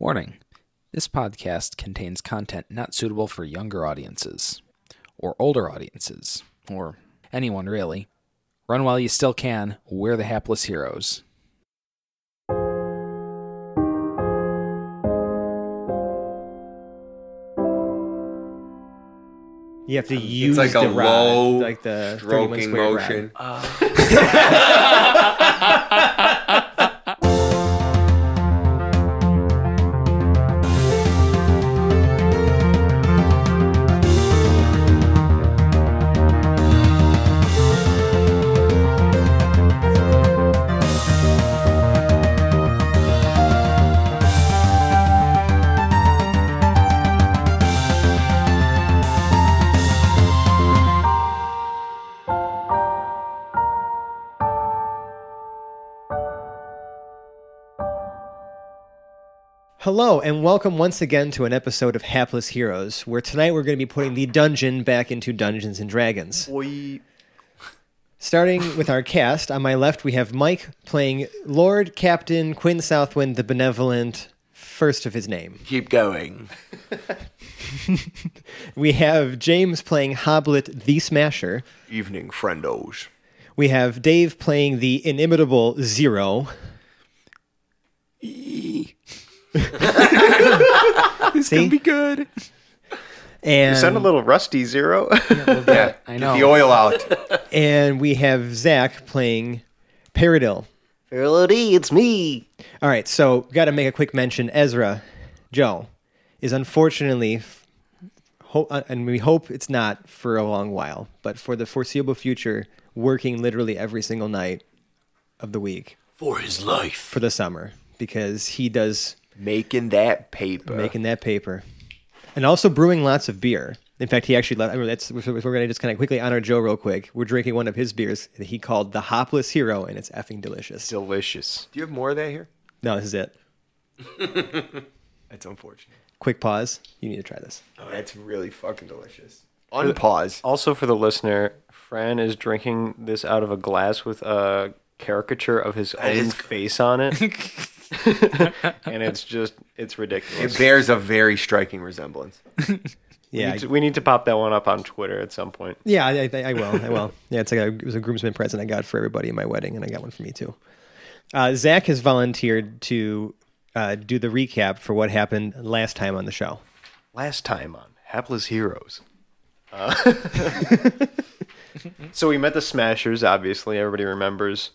Warning This podcast contains content not suitable for younger audiences, or older audiences, or anyone really. Run while you still can, we're the hapless heroes. You have to use like a the rod, low like the 31 stroking square rod. motion. Hello, and welcome once again to an episode of Hapless Heroes, where tonight we're going to be putting the dungeon back into Dungeons and Dragons. Starting with our cast, on my left we have Mike playing Lord Captain Quinn Southwind, the benevolent, first of his name. Keep going. We have James playing Hoblet the Smasher. Evening, friendos. We have Dave playing the inimitable Zero. this See? be good. And You sound a little rusty, Zero. Yeah, I get know. the oil out. and we have Zach playing Paradil. Lodi, it's me. All right, so got to make a quick mention. Ezra, Joe, is unfortunately, f- ho- uh, and we hope it's not for a long while, but for the foreseeable future, working literally every single night of the week For his life. for the summer because he does Making that paper. making that paper, and also brewing lots of beer. In fact, he actually let. I mean, that's we're going to just kind of quickly honor Joe real quick. We're drinking one of his beers that he called the Hopless Hero, and it's effing delicious. Delicious. Do you have more of that here? No, this is it. That's unfortunate. Quick pause. You need to try this. Oh, that's really fucking delicious. Unpause. Also, for the listener, Fran is drinking this out of a glass with a caricature of his own is- face on it. and it's just, it's ridiculous. It bears a very striking resemblance. Yeah, I- It's- we need to pop that one up on Twitter at some point. yeah, I, I, I will. I will. Yeah, it's like a, it was a groomsman present I got for everybody at my wedding, and I got one for me too. Uh, Zach has volunteered to uh, do the recap for what happened last time on the show. Last time on Hapless Heroes. Uh, so we met the Smashers, obviously. Everybody remembers.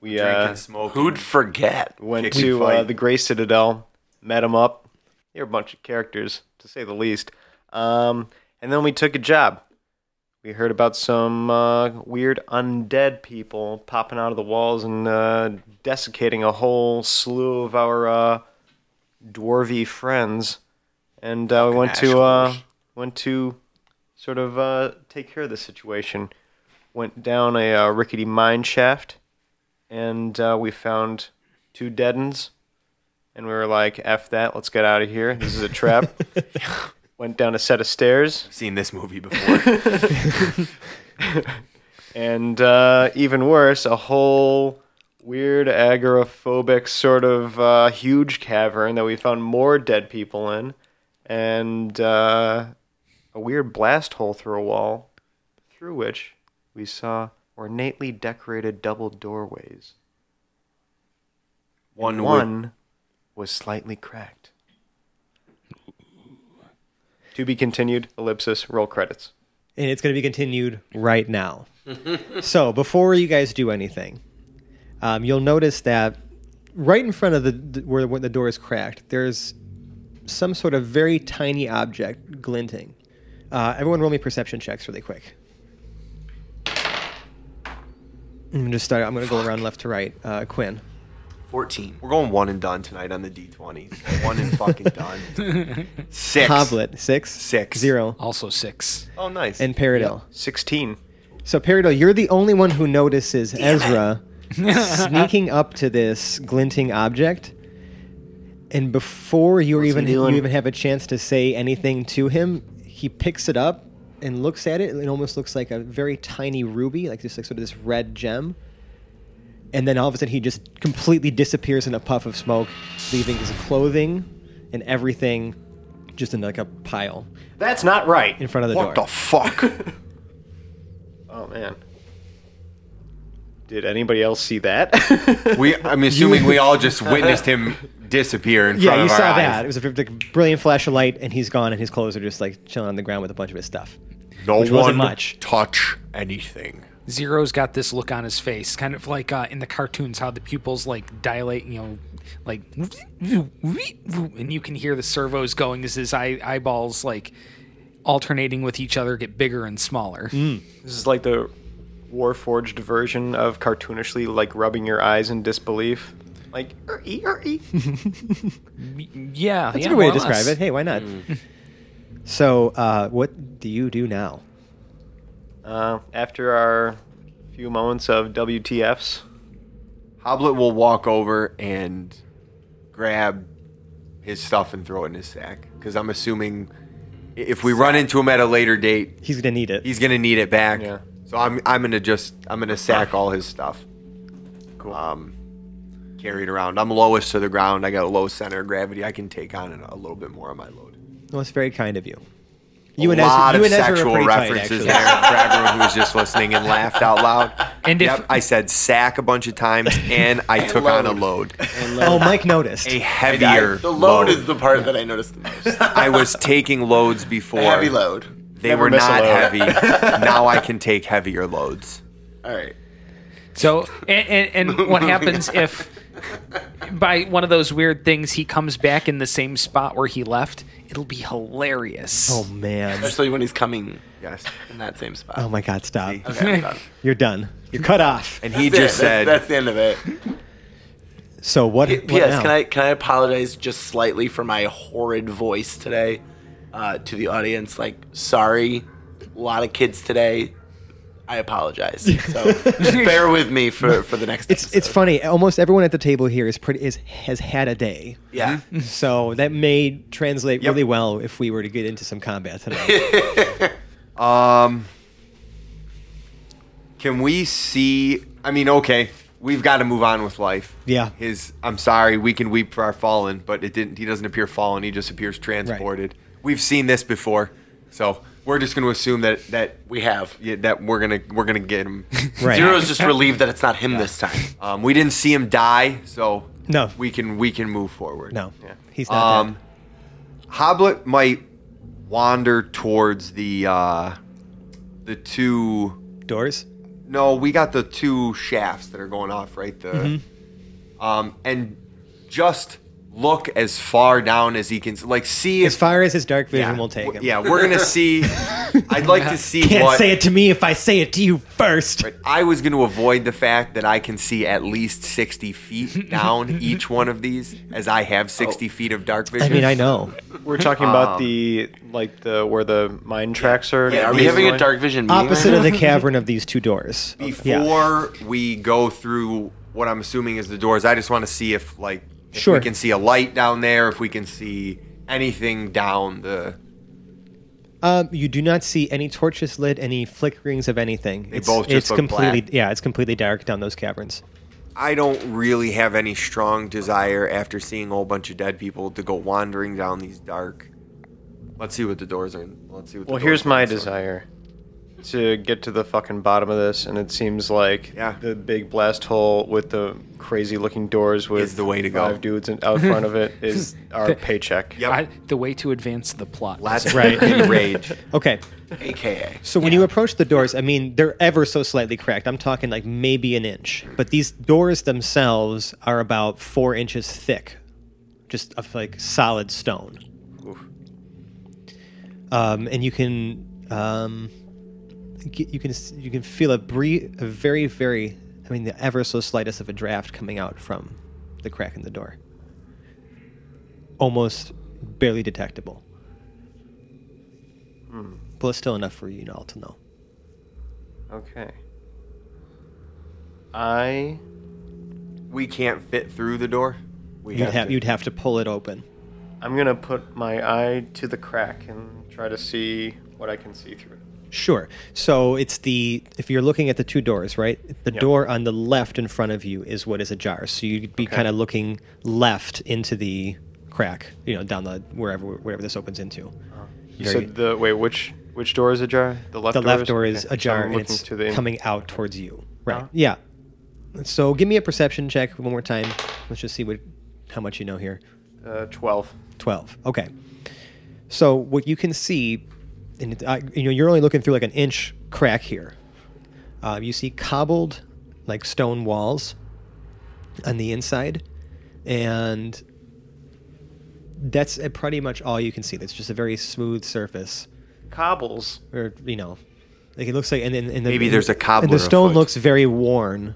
We uh, Drinking, smoking. Who'd forget? went Kick to and uh, fight. the Gray Citadel, met them up. They were a bunch of characters, to say the least. Um, and then we took a job. We heard about some uh, weird undead people popping out of the walls and uh, desiccating a whole slew of our uh, dwarvy friends. And uh, we went to uh, went to sort of uh, take care of the situation. Went down a uh, rickety mine shaft and uh, we found two dead ends, and we were like, "F that, let's get out of here. This is a trap." Went down a set of stairs, Seen this movie before. and uh, even worse, a whole weird agoraphobic sort of uh, huge cavern that we found more dead people in, and uh, a weird blast hole through a wall, through which we saw ornately decorated double doorways. One would- one was slightly cracked. To be continued, ellipsis, roll credits. and it's going to be continued right now. so before you guys do anything, um, you'll notice that right in front of the- the where, where the door is cracked, there's some sort of very tiny object glinting. Uh, everyone, roll me perception checks really quick. I'm gonna just start. I'm gonna go around left to right. Uh, Quinn, 14. We're going one and done tonight on the D20s. One and fucking done. Six. Hoblet, six, Six. zero, Also, six. Oh, nice. and Paradil. 16. So Peridot, you're the only one who notices Ezra sneaking up to this glinting object, and before you even you even have a chance to say anything to him, he picks it up and looks at it. and It almost looks like a very tiny ruby, like this like sort of this red gem. And then all of a sudden, he just completely disappears in a puff of smoke, leaving his clothing and everything just in like a pile That's not right. in front of the What door. the fuck? Oh man. Did anybody else see that? We, I'm assuming we all just witnessed him disappear in front yeah, you of our saw eyes. that. It was a like, brilliant flash of light, and he's gone, and his clothes are just like chilling on the ground with a bunch of his stuff. No Which one wasn't much. touch anything. Zero's got this look on his face, kind of like uh, in the cartoons, how the pupils like dilate, you know, like, and you can hear the servos going as his eye- eyeballs like alternating with each other get bigger and smaller. Mm. this is like the warforged version of cartoonishly like rubbing your eyes in disbelief. Like er-ee, er-ee. Yeah, That's a good way to describe it. Hey, why not? So, uh, what do you do now? uh, after our few moments of WTFs, Hoblet will walk over and grab his stuff and throw it in his sack. Because I'm assuming i- if we run into him at a later date, He's gonna need it. he's gonna need it back. Yeah. So I'm I'm gonna just I'm gonna sack all his stuff. Cool. Um, carry it around. I'm lowest to the ground. I got a low center of gravity. I can take on a little bit more of my load. well, it's very kind of you. You a and Ezra, lot you of and Ezra are sexual pretty tight, actually. references there for everyone who was just listening and laughed out loud. And if- yep, I said sack a bunch of times, and I took on a load, Oh, Mike noticed. a I- heavier the load. load is the part that I noticed the most. The I was taking loads before. heavy load. They Never were miss a not load. heavy. now I can take heavier loads. All right. So, and, and, and what happens if by one of those weird things he comes back in the same spot where he left? It'll be hilarious. oh man. Especially when he's coming Yes. in that same spot. Oh my God! Stop. Okay, I'm done. You're done. You're cut off. And he That's it. just said, That's- "Hmm?" that's the end of it. So what? P- what P.S. now? Can I can I apologize just slightly for my horrid voice today uh, to the audience? Like, sorry, a lot of kids today. I apologize. So just bear with me for, for the next. It's it's episode. funny. Almost everyone at the table here is pretty is has had a day. Yeah. So that may translate really well if we were to get into some combat tonight. um, can we see? I mean, okay, we've got to move on with life. Yeah. His, I'm sorry, we can weep for our fallen, but it didn't. He doesn't appear fallen. He just appears transported. We've seen this before, so we're just going to assume that that We have. yeah, that we're gonna we're gonna get him. right. Zero's just relieved that it's not him this time. um, we didn't see him die, so No. we can we can move forward. No. Yeah. He's not Um, Hoblet might wander towards the uh, the two. dead. Doors. No, we got the two shafts that are going off right the, Mm-hmm. um, and just look as far down as he can, like see As if far as his dark vision yeah, will take him. Yeah, we're gonna see. I'd like to see Can't what say it to me if I say it to you first. Right. I was going to avoid the fact that I can see at least 60 feet down each one of these, as I have 60 feet of dark Oh. I vision. mean, I know. we're talking about the like the where the mine tracks are. Yeah, are we he's having a going- dark vision? meeting Opposite right of the cavern of these two doors. Yeah. Before we go through what I'm assuming is the doors, I just want to see if, like, if Sure. we can see a light down there, if we can see anything down the. Um, you do not see any torches lit, any flickerings of anything. It's, both just it's look completely black. yeah, it's completely dark down those caverns. I don't really have any strong desire after seeing a whole bunch of dead people to go wandering down these dark. Let's see what the doors are. Let's see what. The Well, doors here's are. my So- desire to get to the fucking bottom of this, and it seems like Yeah. the big blast hole with the crazy looking doors with Is the way to go. five dudes in, out front of it is our paycheck. Yep. I, the way to advance the plot. Let's Right. enrage. Okay. now? AKA. So when you approach the doors, I mean, they're ever so slightly cracked. I'm talking like maybe an inch. But these doors themselves are about four inches thick, just of like solid stone. Um, and you can, um, g- you can, s- you can feel a brief, a very, very, I mean, the ever so slightest of a draft coming out from the crack in the door. Almost barely detectable. But it's still enough for you all to know. Okay. I We can't fit through the door. We You'd have to- you'd have to pull it open. I'm gonna put my eye to the crack and try to see what I can see through. it. Sure. So it's the if you're looking at the two doors, right? The Yep. door on the left in front of you is what is ajar. So you'd be kind of looking left into the crack, you know, down the wherever wherever this opens into. You said Uh-huh. the wait, which which door is ajar? The left. the door left door is okay. So ajar I'm and looking it's to the coming out towards you. Right. Oh. Yeah. So give me a perception check one more time. Let's just see what how much you know here. uh, twelve. 12 okay so what you can see and it, I, you know you're only looking through like an inch crack here uh, you see cobbled like stone walls on the inside and that's uh, pretty much all you can see that's just a very smooth surface Cobbles. or you know like it looks like and, and, and the, Maybe there's a and cobbler the stone afoot. looks very worn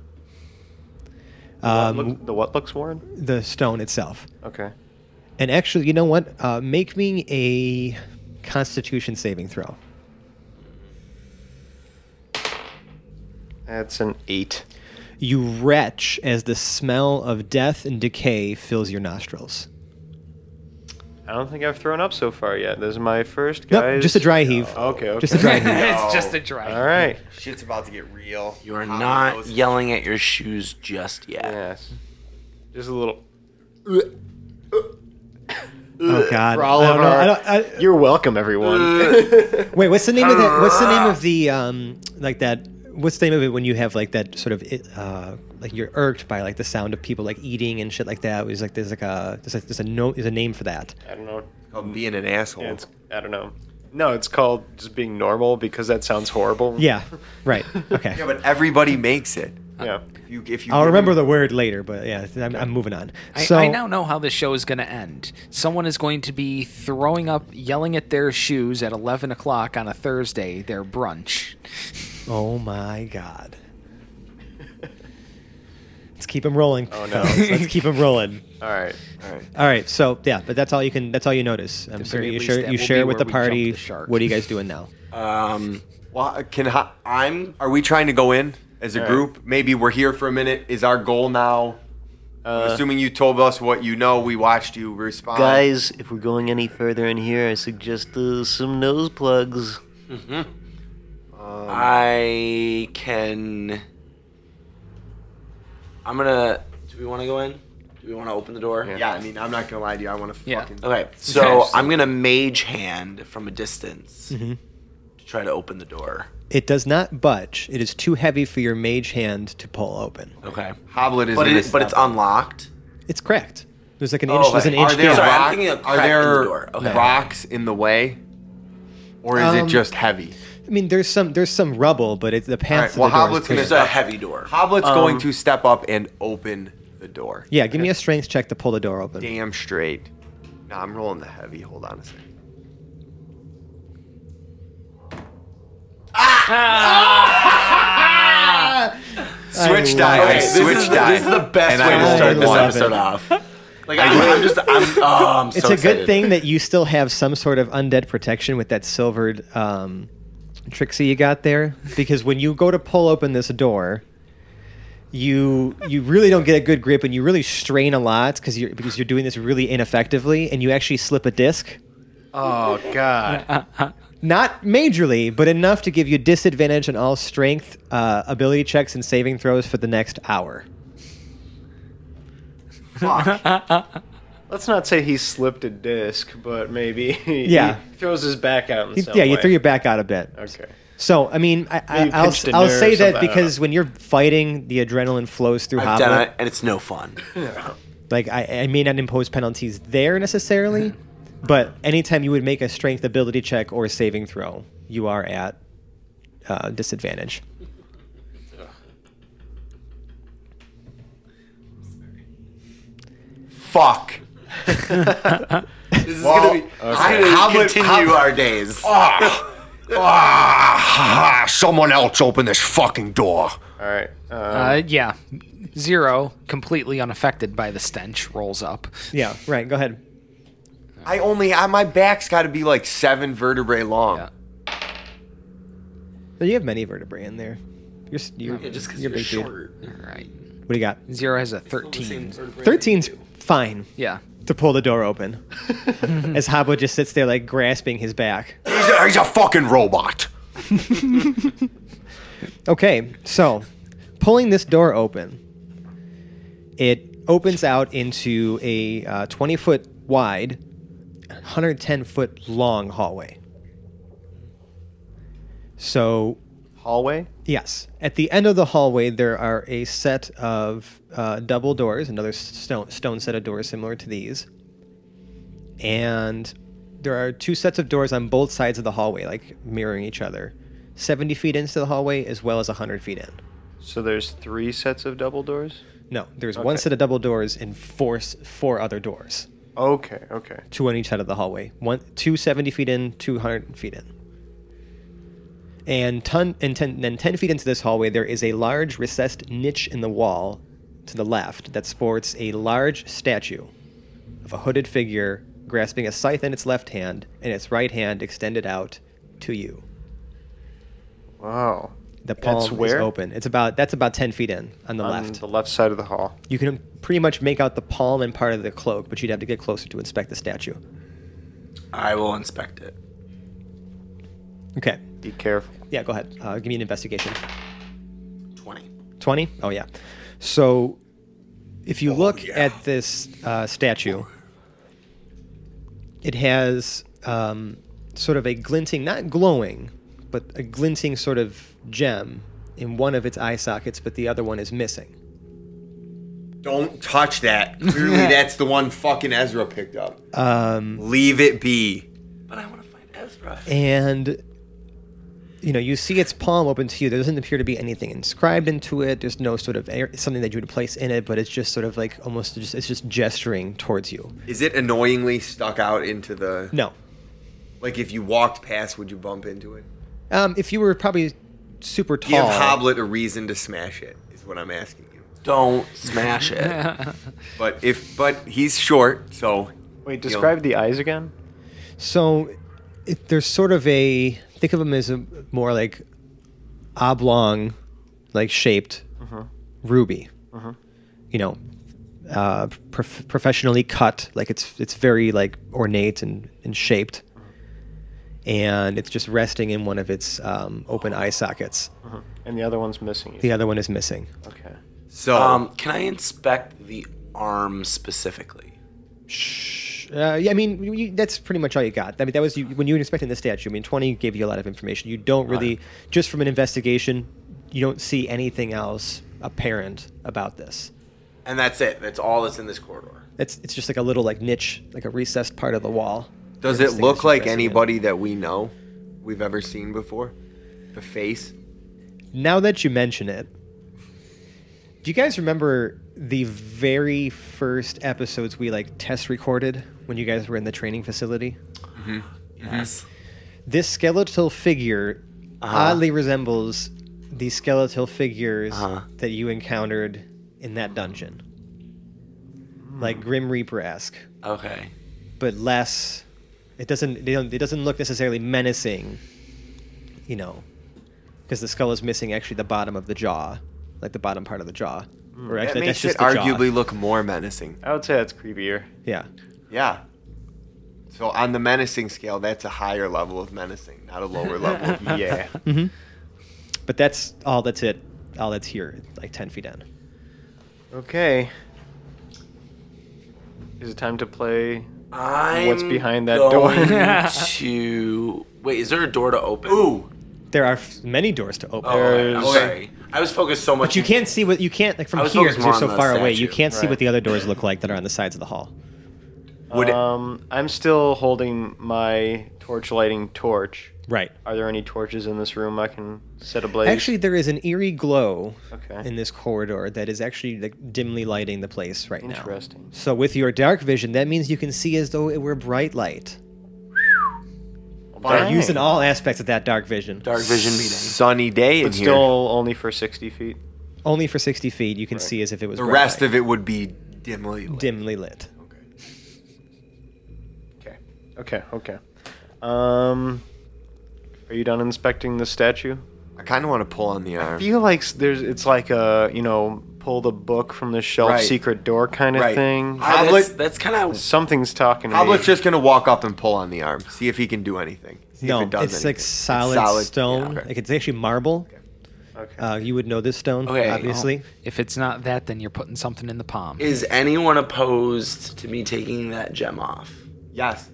What um, look- the what looks worn? the stone itself Okay. And actually, you know what? Uh, make me a Constitution saving throw. That's an eight. You retch as the smell of death and decay fills your nostrils. I don't think I've thrown up so far yet. This is my first, Nope, guys. just a dry heave. Okay, okay. Just a dry heave. it's just a drive. All right. Shit's about to get real. You are not yelling at your shoes just yet. Yes. Just a little. Oh God! For all I of don't know. our- I don't- I- You're welcome, everyone. wait, what's the name of that? What's the name of the um like that? What's the name of it when you have like that sort of uh like you're irked by like the sound of people like eating and shit like that? It was like there's like a there's a, there's a no there's a name for that. I don't know. Of being an asshole. Yeah, it's, I don't know. No, it's called just being normal because that sounds horrible. Yeah, right. Okay. yeah, but everybody makes it. Yeah. If you, if you I'll give remember me- the word later, but yeah, I'm, I'm moving on. I, so I now know how this show is going to end. Someone is going to be throwing up, yelling at their shoes at 11 o'clock on a Thursday, their brunch. Oh my god. Let's keep them rolling. Oh, no. Let's keep them rolling. All right. All right. All right, so yeah, but that's all you can. That's all you notice. I'm the assuming very you least, share that you will share be it with where the we jump party. the shark. what are you guys doing now? Um, Well, can I, I'm? Are we trying to go in as a group? Maybe we're here for a minute. Is our goal now? uh, assuming you told us what you know, we watched you respond. Guys, if we're going any further in here, I suggest uh, some nose plugs. I can. I'm gonna. Do we want to go in? Do we want to open the door? yeah, I mean, I'm not gonna lie to you. I want to Yeah. fucking. Okay, so I'm gonna mage hand from a distance to try to open the door. It does not budge. It is too heavy for your mage hand to pull open. Okay, Hoblet is. but in it, this but it's stuff. unlocked. It's cracked. There's like an inch. there's an okay. inch Are there, gap. Sorry, I'm rock- thinking of are crack in the there door. Okay. rocks in the way, or is it Um, just heavy? I mean, there's some there's some rubble, but it's the path. well, to the door is Hoblet's clear. It's a heavy door. Hoblet's um, going to step up and open the door. Yeah, give me a strength check to pull the door open. Damn straight. Nah, I'm rolling the heavy. Hold on a second. Switch love die. Okay, I this, switch is the, die. this is the best And I way to rolled start this one. episode off. Like I'm, I'm just, I'm, oh, I'm so it's a excited. good thing that you still have some sort of undead protection with that silvered um, Trixie you got there, because when you go to pull open this door, you you really don't get a good grip and you really strain a lot because you're because you're doing this really ineffectively and you actually slip a disc. Oh Uh, God. Not majorly, but enough to give you disadvantage on all strength, uh, ability checks, and saving throws for the next hour. Uh-huh. Let's not say he slipped a disc, but maybe. He Yeah. throws his back out. In some yeah, you way. threw your back out a bit. Okay. So I mean, I, I, Maybe I'll pinched a I'll nerve say or that something, I because don't when you're fighting, the adrenaline flows through I've done it, Hoblet. and it's no fun. Like I, I may not impose penalties there necessarily, but anytime you would make a strength ability check or saving throw, you are at uh, disadvantage. Fuck. This is Well, gonna be, okay. this is How gonna would- continue how- our days. ah, Ah, someone else open this fucking door. All right. Uh, Uh, yeah. Zero, completely unaffected by the stench, rolls up. Yeah, right. Go ahead. I only I, my back's got to be like seven vertebrae long. Yeah. But you have many vertebrae in there. You're s- you're, Yeah, just because you're you're, a big dude. short. All right. What do you got? Zero has a 13. Thirteen's fine Yeah. to pull the door open, as Habo just sits there like grasping his back. He's, a, he's a fucking robot. Okay, so pulling this door open, it opens out into a 20 foot uh, wide, 110 foot long hallway. So Hallway? Yes. At the end of the hallway, there are a set of uh, double doors, another s- stone, stone set of doors similar to these. And there are two sets of doors on both sides of the hallway, like mirroring each other 70 feet into the hallway as well as 100 feet in. So there's three sets of double doors? No, there's one Okay. set of double doors and four, s- four other doors, Okay, okay. two on each side of the hallway. One, two 70 feet in, two 100 feet in. And, ton, and ten, then 10 feet into this hallway, there is a large recessed niche in the wall to the left that sports a large statue of a hooded figure grasping a scythe in its left hand and its right hand extended out to you. Wow. The palm That's is where? open. It's about that's about ten feet in on the On left. the left side of the hall. You can pretty much make out the palm and part of the cloak, but you'd have to get closer to inspect the statue. I will inspect it. Okay. Be careful. Yeah, go ahead. Uh, give me an investigation. 20. 20 oh yeah so if you look at this uh, statue it has um, sort of a glinting not glowing but a glinting sort of gem in one of its eye sockets but the other one is missing Don't touch that. Clearly, that's the one fucking Ezra picked up. Um, Leave it be. But I want to find Ezra. and you know you see its palm open to you there doesn't appear to be anything inscribed into it there's no sort of air, something that you would place in it but it's just sort of like almost just it's just gesturing towards you Is it annoyingly stuck out into the? no Like if you walked past, would you bump into it? um, if you were probably super tall Give Hoblet a reason to smash it. Is what I'm asking you. Don't smash it. But if but he's short, so Wait, describe the eyes again? So it, there's sort of a think of them as a more like oblong, like shaped ruby. You know, uh, prof- professionally cut. Like it's it's very like ornate and and shaped, and it's just resting in one of its um, open eye sockets. And the other one's missing. You. The other one is missing. Okay. so Um, can I inspect the arm specifically? Sh- Uh, yeah, I mean, you- you, that's pretty much all you got. I mean, that was you, when you were inspecting the statue. I mean, twenty gave you a lot of information. You don't really, just from an investigation, you don't see anything else apparent about this. And that's it. That's all that's in this corridor. It's it's just like a little like niche, like a recessed part of the wall. does This it thing is look like pressing in. anybody that we know, we've ever seen before? The face. Now that you mention it, do you guys remember the very first episodes we like test recorded when you guys were in the training facility? Yes. this skeletal figure oddly resembles the skeletal figures that you encountered in that dungeon. Mm. Like Grim Reaper esque, Okay. but less. It doesn't. They don't, it doesn't look necessarily menacing, you know, because the skull is missing actually the bottom of the jaw, like the bottom part of the jaw. Hmm. Or That actually, that's makes just it the jaw. Oh. arguably look more menacing. I would say that's creepier. Yeah. Yeah. So on the menacing scale, that's a higher level of menacing, not a lower level of menacing. Yeah. But that's all. That's it. All that's here, like ten feet in. okay. Is it time to play? I'm What's behind that going to wait. Is there a door to open? Ooh. There are f- many doors to open. Oh, okay. I'm There's- sorry. I was focused so much. But you can't see what you can't like I from was here focused because you're more so on the far away. You statue. can't see Right. what the other doors look like that are on the sides of the hall. Would it- um, I'm still holding my torch lighting torch. Right. Are there any torches in this room I can set ablaze? Actually, there is an eerie glow Okay. in this corridor that is actually like, dimly lighting the place right now. Interesting. So with your dark vision, that means you can see as though it were bright light. Dang. Using all aspects of that dark vision, Dark vision meeting. Sunny day in But here. still only for 60 feet. only for sixty feet, you can see as if it was the bright rest light, of it would be dimly lit. dimly lit. Okay. Okay. Okay. Um, are you done inspecting the statue? I kind of want to pull on the I arm. feel like s- there's it's like a you know pull the book from the shelf Right. secret door kind of Right. thing. Ah, that's Hoblet- that's kind of Something's talking to Hoblet's me. just gonna walk up and pull on the arm, see if he can do anything. See no, if it does it's anything. like solid, solid- yeah, stone. okay. oh, Like it's actually marble. Uh, you would know this stone, Okay. obviously. If it's not that, then you're putting something in the palm. Is anyone opposed to me taking that gem off? Yes.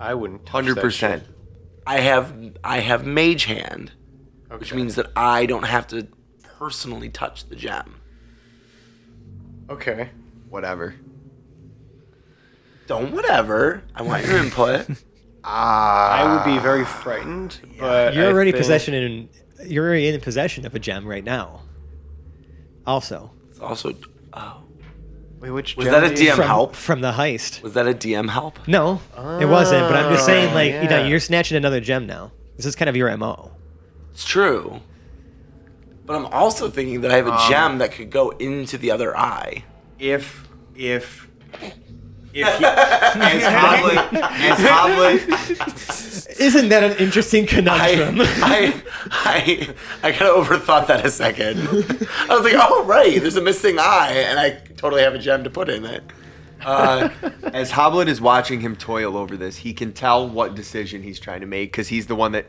I wouldn't. touch that Hundred percent. shit. I have I have mage hand, which Okay. means that I don't have to personally touch the gem. Okay. Whatever. Don't whatever. I want your input. Ah. I would be very frightened, but You're I already think- possession in. You're already in possession of a gem right now. Also, It's also, oh, Wait, which was gem that a do you- DM from help? from the heist. Was that a DM help? No, it wasn't. But I'm just saying, like you know, yeah. you're snatching another gem now. This is kind of your mo. It's true. But I'm also thinking that I have a gem that could go into the other eye. If if as Hoblet, as Hoblet, Isn't that an interesting conundrum? I, I, I, I kind of overthought that a second. I was like, oh, right, there's a missing eye, and I totally have a gem to put in it. uh, as Hoblet is watching him toil over this, he can tell what decision he's trying to make because he's the one that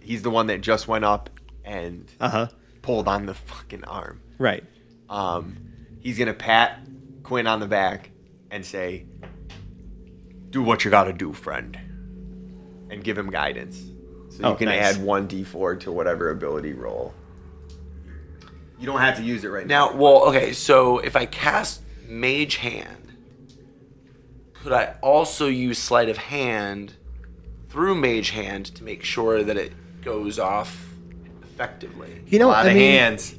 he's the one that just went up and uh huh. pulled on the fucking arm. Right. Um, he's gonna pat Quinn on the back and say, "Do what you gotta do, friend," and give him guidance. So Oh, you can nice. add one d4 to whatever ability roll. You don't have to use it right now. Now, well, okay, so if I cast Mage Hand, could I also use Sleight of Hand through Mage Hand to make sure that it goes off effectively? You know, a lot I of mean, hands.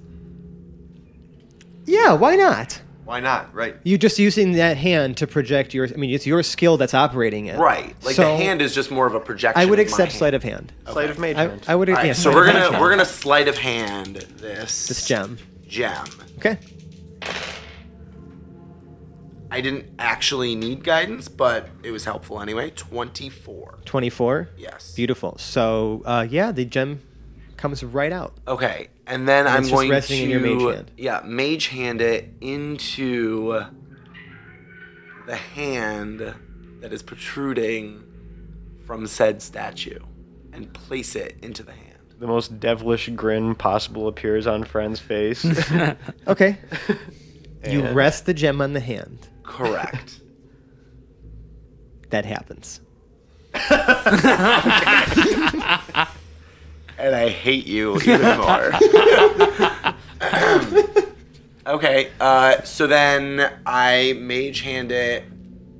yeah. Why not? Why not? Right. You're just using that hand to project your. I mean, it's your skill that's operating it. Right, like So, the hand is just more of a projection. I would of my accept hand. sleight of hand. sleight of mage I, hand. I would. All right, yeah, so sleight we're of gonna hand. we're gonna sleight of hand this this gem. gem. Okay. I didn't actually need guidance, but it was helpful anyway. Twenty four. 24. Yes. Beautiful. So, uh, yeah, the gem comes right out. Okay, and then I'm it's just going resting to in your mage hand. yeah mage hand it into the hand that is protruding from said statue, and place it into the hand. the most devilish grin possible appears on Friend's face. Okay. you And- rest the gem on the hand. Correct. That happens. and I hate you even more. okay, uh, so then I mage hand it.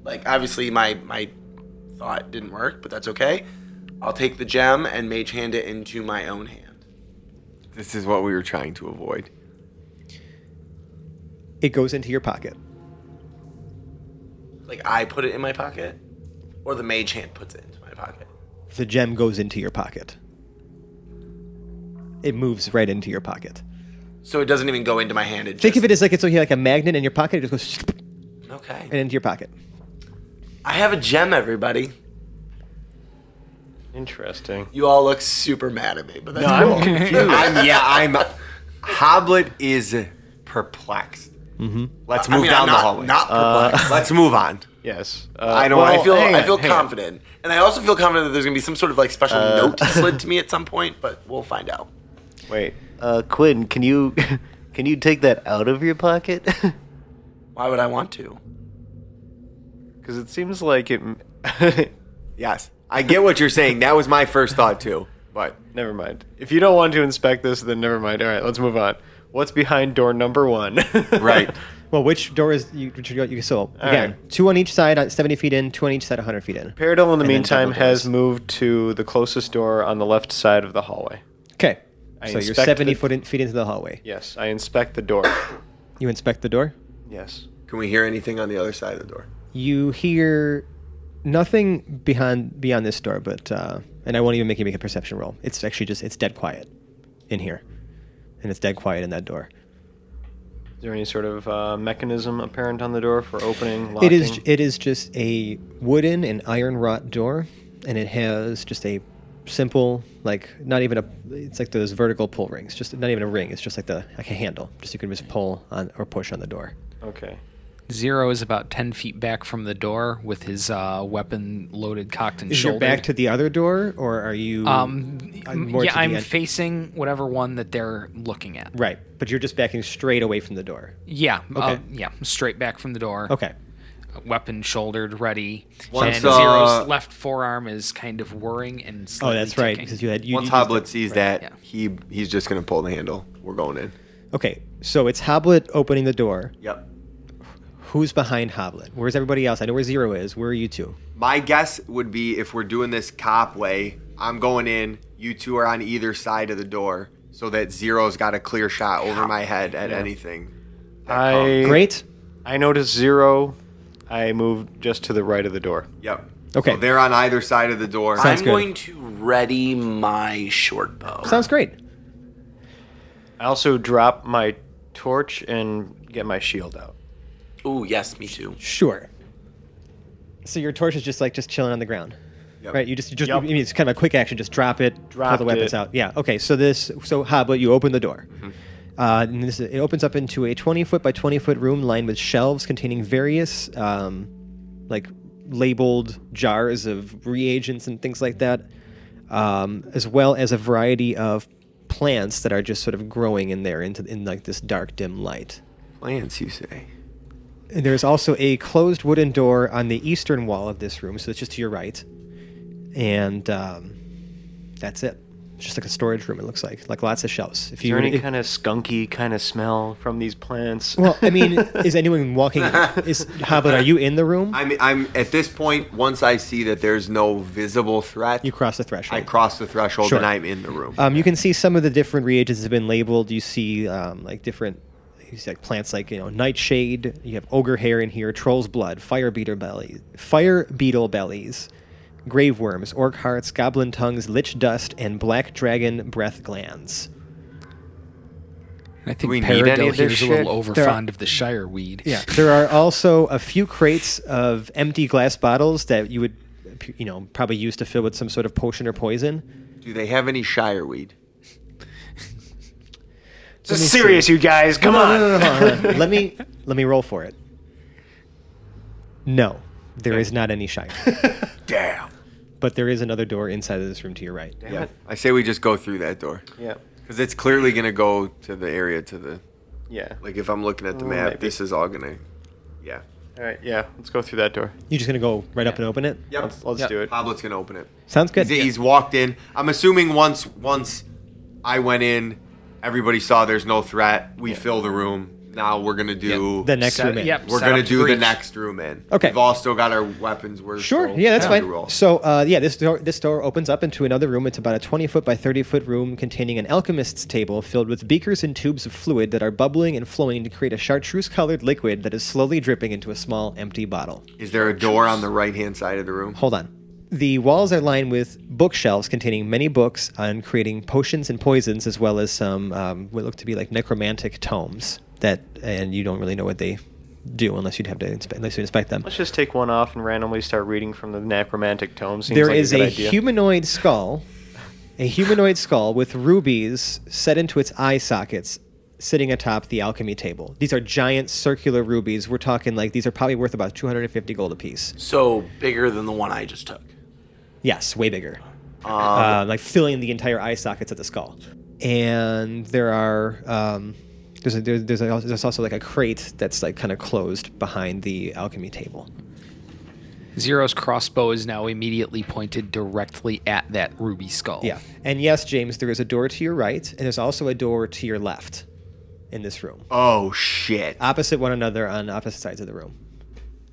Like obviously my my thought didn't work, but that's okay. I'll take the gem and mage hand it into my own hand. This is what we were trying to avoid. It goes into your pocket. Like I put it in my pocket, or the mage hand puts it into my pocket. The gem goes into your pocket. It moves right into your pocket. So it doesn't even go into my hand. It Think of just, it as like it's like a magnet in your pocket. It just goes and okay. into your pocket. I have a gem, everybody. Interesting. You all look super mad at me, but that's cool. I'm confused. I'm, yeah, I'm. Hoblet is perplexed. Let's I move mean, down the I'm not- hallway. Not perplexed. Mm-hmm. Uh, Let's move on. Yes. Uh, I know, well, I feel hang Oh, I on, feel hang on. confident, and I also feel confident that there's gonna be some sort of like special Uh, note slid to me at some point, but we'll find out. Wait. Uh, Quinn, can you can you take that out of your pocket? Why would I want to? Because it seems like it. m- Yes, I get what you're saying. That was my first thought too. But never mind. If you don't want to inspect this, then never mind. All right, let's move on. What's behind door number one? right, Well, which door is you? Which door, you so again, right. two on each side, uh, seventy feet in. Two on each side, hundred feet in. Paradol, in the And then meantime, double has doors. moved to the closest door on the left side of the hallway. Okay. I So you're inspect seventy the- foot in, feet into the hallway. Yes, I inspect the door. You inspect the door. yes. can we hear anything on the other side of the door? you hear nothing behind beyond this door, but uh, and I won't even make you make a perception roll. It's actually just it's dead quiet in here, and it's dead quiet in that door. Is there any sort of uh, mechanism apparent on the door for opening? It Locking? is it is just a wooden and iron wrought door, and it has just a simple like not even a it's like those vertical pull rings, just not even a ring. It's just like the like a handle, just you can just pull on or push on the door. okay. Zero is about 10 feet back from the door with his uh, weapon loaded, cocked, and Is shouldered. your back to the other door, or are you? um, uh, m- more yeah, to the I'm end? facing whatever one that they're looking at. right, but you're just backing straight away from the door. Yeah, uh, Okay. yeah, straight back from the door. Okay. Oh, Weapon shouldered, ready. Once, and Zero's uh, left forearm is kind of whirring and Oh, slightly that's right. ticking. Because you had you, Once you just- Hoblet sees that, yeah. he he's just gonna pull the handle. We're going in. Okay, so it's Hoblet opening the door. Yep. Who's behind Hoblet? Where's everybody else? I know where Zero is. Where are you two? My guess would be if we're doing this cop way, I'm going in. You two are on either side of the door, so that Zero's got a clear shot over my head at anything. that I comes. Great. I noticed zero. I moved just to the right of the door. Yep. Okay. So they're on either side of the door. Sounds I'm good. going to ready my short bow. Sounds great. I also drop my torch and get my shield out. Ooh, yes, me too. Sure. So your torch is just like just chilling on the ground. Yep. Right, you just you just Yup. I mean, it's kind of a quick action. Just drop it, pull Dropped the weapons it. out. Yeah. Okay. So this so Hoblet, you open the door. Uh, and this it opens up into a 20 foot by 20 foot room lined with shelves containing various um, like labeled jars of reagents and things like that, um, as well as a variety of plants that are just sort of growing in there into in like this dark dim light. Plants, you say? And There's also a closed wooden door on the eastern wall of this room, so it's just to your right. And um, that's it. It's just like a storage room, it looks like. Like lots of shelves. If Is there were to- any if- kind of skunky kind of smell from these plants? well, I mean, is anyone walking? Is Hoblet, are you in the room? I'm I'm at this point. Once I see that there's no visible threat, you cross the I threshold. cross the threshold Sure. and I'm in the room. Um, you can see some of the different reagents have been labeled. You see um, like different you see, like plants like you know nightshade. You have ogre hair in here, troll's blood, fire beetle bellies, fire beetle bellies, grave worms, orc hearts, goblin tongues, lich dust, and black dragon breath glands. I think we need any Paradil of this here's a little shit? There are- overfond of the Shire weed. Yeah, there are also a few crates of empty glass bottles that you would you know probably use to fill with some sort of potion or poison. Do they have any shire weed? This is serious, you guys. Come on. No, no, no, hold on. let me let me roll for it. No, there is not any shine. Damn. but there is another door inside of this room to your right. Yeah. I say we just go through that door Yeah. because it's clearly gonna go to the area to the Yeah. like. If I'm looking at the Oh, map, maybe. this is all gonna. Yeah. All right. Yeah. Let's go through that door. You're just gonna go right up and open it. Yep. Let's, let's do it. Uh, Pablo's gonna open it. Sounds good. He's, he's walked in. I'm assuming once once I went in, everybody saw there's no threat. We fill the room. Now we're gonna do the next Set- room. In. yep. We're set gonna up to do breach. the next room in. Okay. We've all still got our weapons. We're Sure. still- Yeah, that's we fine. roll. So, uh, yeah, this door this door opens up into another room. It's about a 20 foot by 30 foot room containing an alchemist's table filled with beakers and tubes of fluid that are bubbling and flowing to create a chartreuse colored liquid that is slowly dripping into a small empty bottle. Is there a door on the right hand side of the room? Hold on. The walls are lined with bookshelves containing many books on creating potions and poisons, as well as some um, what look to be like necromantic tomes that, and you don't really know what they do unless you'd have to inspe- unless you inspect them. Let's just take one off and randomly start reading from the necromantic tome. Seems There like is a, a, good idea. humanoid skull, a humanoid skull with rubies set into its eye sockets, sitting atop the alchemy table. These are giant circular rubies. We're talking like these are probably worth about 250 gold apiece. So bigger than the one I just took. Yes, way bigger. Uh, like filling the entire eye sockets of the skull. And there are um, there's a, there- there's, a, there's also like a crate that's like kind of closed behind the alchemy table. Zero's crossbow is now immediately pointed directly at that ruby skull. Yeah. And yes, James, there is a door to your right, and there's also a door to your left in this room, Oh shit. opposite one another on opposite sides of the room.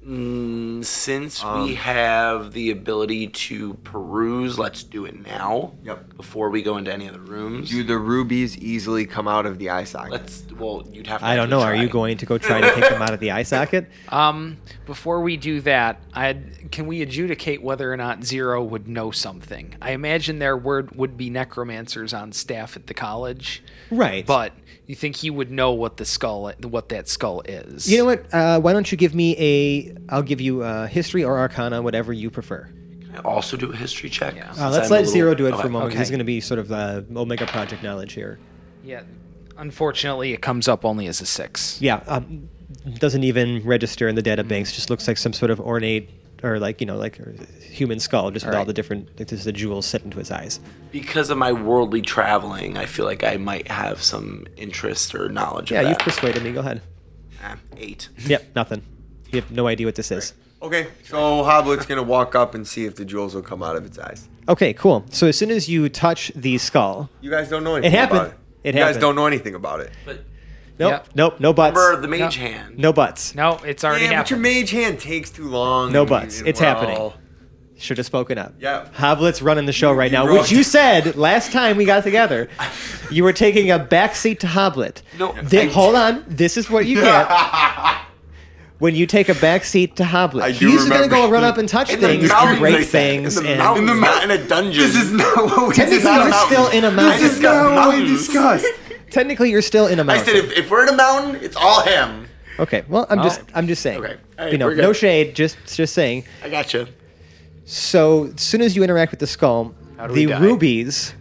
Mm, Since Um. we have the ability to peruse, let's do it now. Yep. Before we go into any of the rooms. Do the rubies easily come out of the eye socket? let's. Well, you'd have. to I don't actually know. Are try. you going to go try to take them out of the eye socket? Um, before we do that, I can we adjudicate whether or not Zero would know something? I imagine there would would be necromancers on staff at the college, Right. but you think he would know what the skull what that skull is? you know what? Uh, why don't you give me a? I'll give you uh, history or arcana, whatever you prefer. Can I also do a history check? Uh, Since let's I'm a let little- Zero do it okay. for a moment. 'cause He's okay. going to be sort of the Omega Project knowledge here. Yeah. Unfortunately, it comes up only as a six. Yeah. Um, doesn't even register in the database. Just looks like some sort of ornate or like you know like a human skull, just with all right. the different like just the jewels set into his eyes. Because of my worldly traveling, I feel like I might have some interest or knowledge Yeah, of you've that. persuaded me. Go ahead. Ah, eight. Uh, Yep, nothing. You have no idea what this is. Okay, so Hoblet's gonna walk up and see if the jewels will come out of its eyes. Okay, cool. So as soon as you touch the skull, You guys don't know anything happened. about it. It you happened. guys don't know anything about it. But nope, Yeah. nope, no buts, remember the mage hand. no buts. No, it's already yeah, but your happened. mage hand takes too long. No and- buts. and It's well, happening. Should have spoken up. Yeah. Havlet's running the show right you now, wrote- which you said last time we got together. You were taking a backseat to Hoblet. No, Thi- I- hold on. This is what you get when you take a backseat to Hoblet. I do He's gonna go remember. run up and touch the things and mountains, break they said. In things. the and mountains. In the Not mountain, in a dungeon. This is not what we Technically, discussed. you're still in a mountain. This is not what we Mountains. discussed. technically, you're still in a I mountain. said if, if we're in a mountain, it's all him. okay. Well, I'm just Oh. I'm just saying. Okay. All right, you know, we're good. no shade. Just just saying. I gotcha. So as soon as you interact with the skull, do the we die? rubies,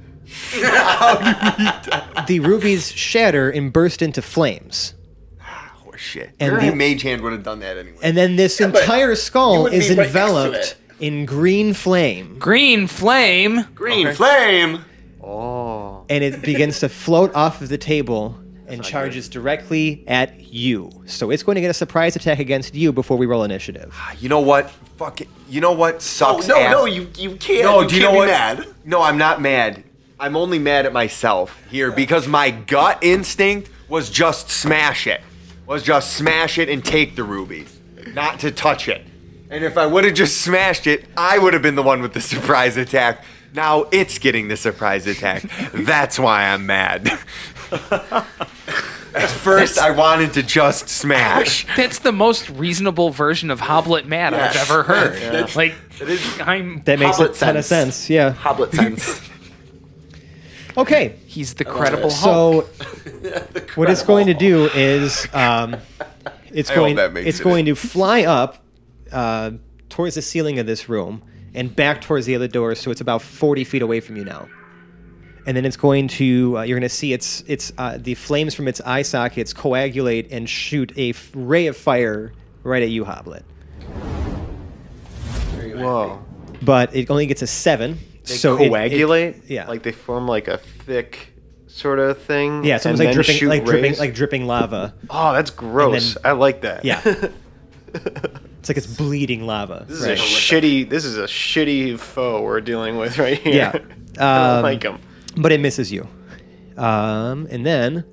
the rubies shatter and burst into flames. Oh shit! And Your the- mage hand would have done that anyway. And then this but entire you skull wouldn't is be right next to enveloped it. in green flame, Green flame. Green flame. Oh. and it begins to float off of the table and charges directly at you. So it's going to get a surprise attack against you before we roll initiative. you know what? Fuck it. You know what Oh, sucks? no, ass? no, you, you can't. No, you do you can't know be what? mad. No, I'm not mad. I'm only mad at myself here because my gut instinct was just smash it. Was just smash it and take the rubies, not to touch it. And if I would have just smashed it, I would have been the one with the surprise attack. Now it's getting the surprise attack. That's why I'm mad. At first, I wanted to just smash. That's the most reasonable version of Hoblet Mad I've Yes. ever heard. That's- Like, is- I'm. That makes Hoblet a ton of sense. sense. Yeah. Hoblet sense. Okay. He's the credible Hulk. So what it's going to do is um, it's I hope going that makes it's it going to fly up uh, towards the ceiling of this room and back towards the other door, so it's about forty feet away from you now. And then it's going to uh, you're going to see its its uh, the flames from its eye sockets coagulate and shoot a f- ray of fire right at you, Hoblet. Whoa. But it only gets a seven. They so it- it- coagulate. yeah. Like they form like a thick sort of thing. yeah, it's and almost like then dripping, shoot like dripping, rays? like dripping lava. Oh, that's gross. then- I like that. Yeah. this It's like it's bleeding lava. is a shitty. This is a shitty foe we're dealing with right here. Yeah. I don't Um, like him. But it misses you. Um, and then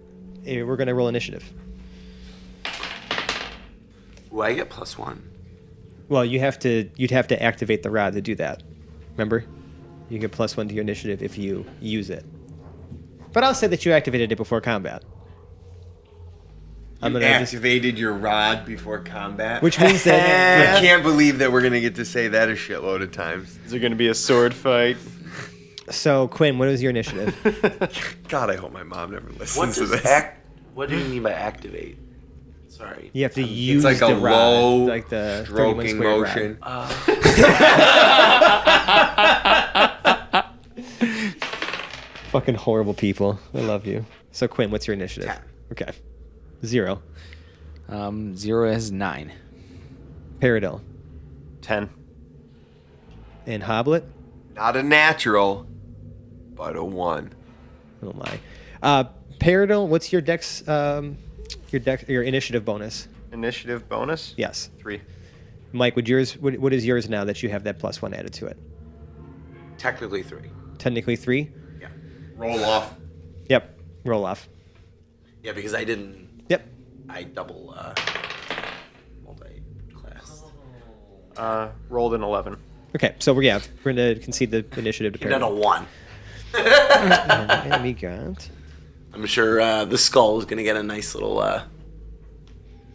eh, we're going to roll initiative. Ooh, I get plus one. Well, you have to you'd have to activate the rod to do that. Remember? You get plus 1 to your initiative if you use it. But I'll say that you activated it before combat. I'm You gonna just- activated your rod before combat. which means I that can't believe that we're gonna get to say that a shitload of times. Is there going to be a sword fight? So Quinn, what is your initiative? God, I hope my mom never listens What to does this. act? What do you mean by activate? Sorry. You have to use it's like a the rod, low like the 31 stroking square rod. motion. Fucking horrible people. I love you. So Quinn, what's your initiative? Ten. Okay. 0. Um, zero is nine. Paradil Ten. and Hoblet. Not a natural, but a one. Oh my. Uh, Paradil, what's your dex? Um, your dex, your initiative bonus. Initiative bonus. Yes, Three. Mike. Would yours? What, what is yours now that you have that plus one added to it? Technically three. Technically three. Yeah. Roll off. Yep. Roll off. Yeah, because I didn't. Yep. I double uh, multi class. Uh, rolled an eleven. Okay. So we're yeah we're gonna concede the initiative to You did a Paradil. one. And we got. I'm sure uh, the skull is gonna get a nice little uh,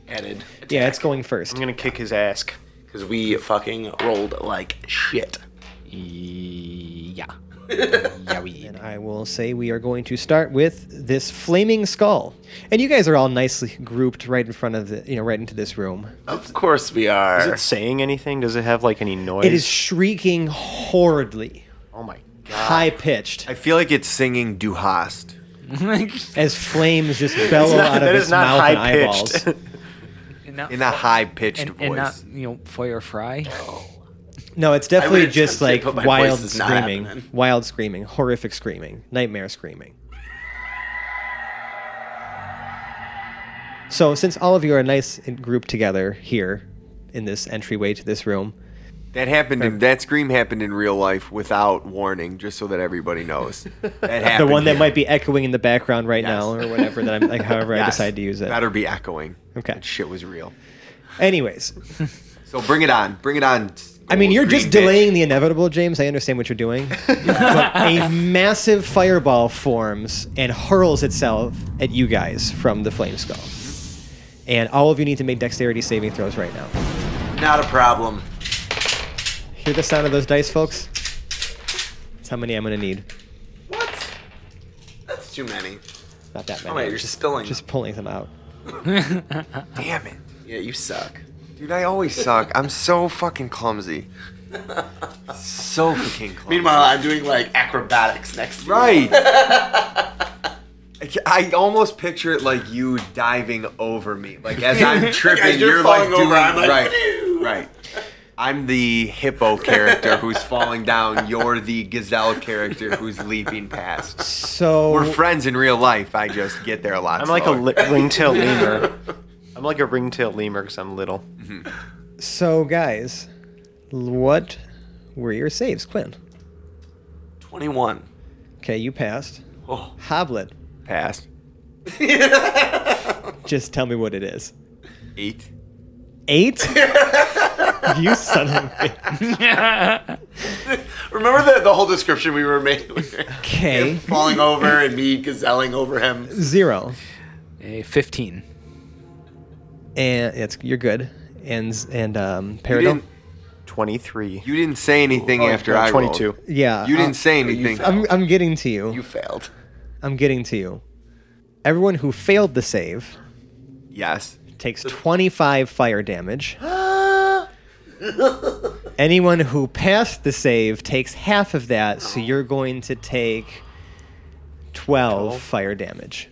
added. Yeah, it's going first. I'm going to kick his ass. Because we fucking rolled like shit. Yeah. yeah, we. And I will say we are going to start with this flaming skull, and you guys are all nicely grouped right in front of the you know right into this room. Of course we Is are. it saying anything? Does it have like any noise? It is shrieking horridly, Oh my god. high pitched. I feel like it's singing Du Hast. as flames just bellow not- out of that his is not mouth and high-pitched. eyeballs. And not- in a high pitched and, voice. and not you know Foyer Fry. No, it's definitely really just attempted, like but my wild voice is not screaming, happening. wild screaming, horrific screaming, nightmare screaming. So, since all of you are nice and grouped together here in this entryway to this room, that happened. In, that scream happened in real life without warning, just so that everybody knows. That the happened. one that here. might be echoing in the background right Yes. now or whatever that I'm like, however I Yes. decide to use it. better be echoing. Okay. that shit was real. Anyways, So bring it on. Bring it on. I mean, you're Green just bitch. delaying the inevitable, James. I understand what you're doing. but a massive fireball forms and hurls itself at you guys from the flame skull. And all of you need to make dexterity saving throws right now. Not a problem. Hear the sound of those dice, folks? That's how many I'm going to need. What? That's too many. Not that many. Oh wait, you're spilling. Just pulling them out. Damn it, yeah, you suck. dude! I always suck. I'm so fucking clumsy. So fucking clumsy. Meanwhile, I'm doing like acrobatics next. to you. Right. I ca- I almost picture it like you diving over me, like as I'm tripping, As you're you're, like falling over, doing- I'm like, right, right. I'm the hippo character who's falling down. You're the gazelle character who's leaping past. So. We're friends in real life. I just get there a lot. I'm like a slower. li- ringtail lemur. I'm like a ringtail lemur because I'm little. So, guys, l- what were your saves, Quinn? Twenty-one. Okay, you passed. Oh. Hoblet, past just tell me what it is. eight. Eight? you son of a bitch. Remember the, the whole description we were making? Okay. falling over and me gazelling over him. Zero. A fifteen. And it's you're good. And and um You Peridot. didn't, 23. you didn't say Oh, anything after I rolled. 22. Yeah. You Uh-huh. uh, didn't say anything. I'm I'm getting to you. You failed. I'm getting to you. Everyone who failed the save yes. takes 25 fire damage. Anyone who passed the save takes half of that, so you're going to take 12 fire damage.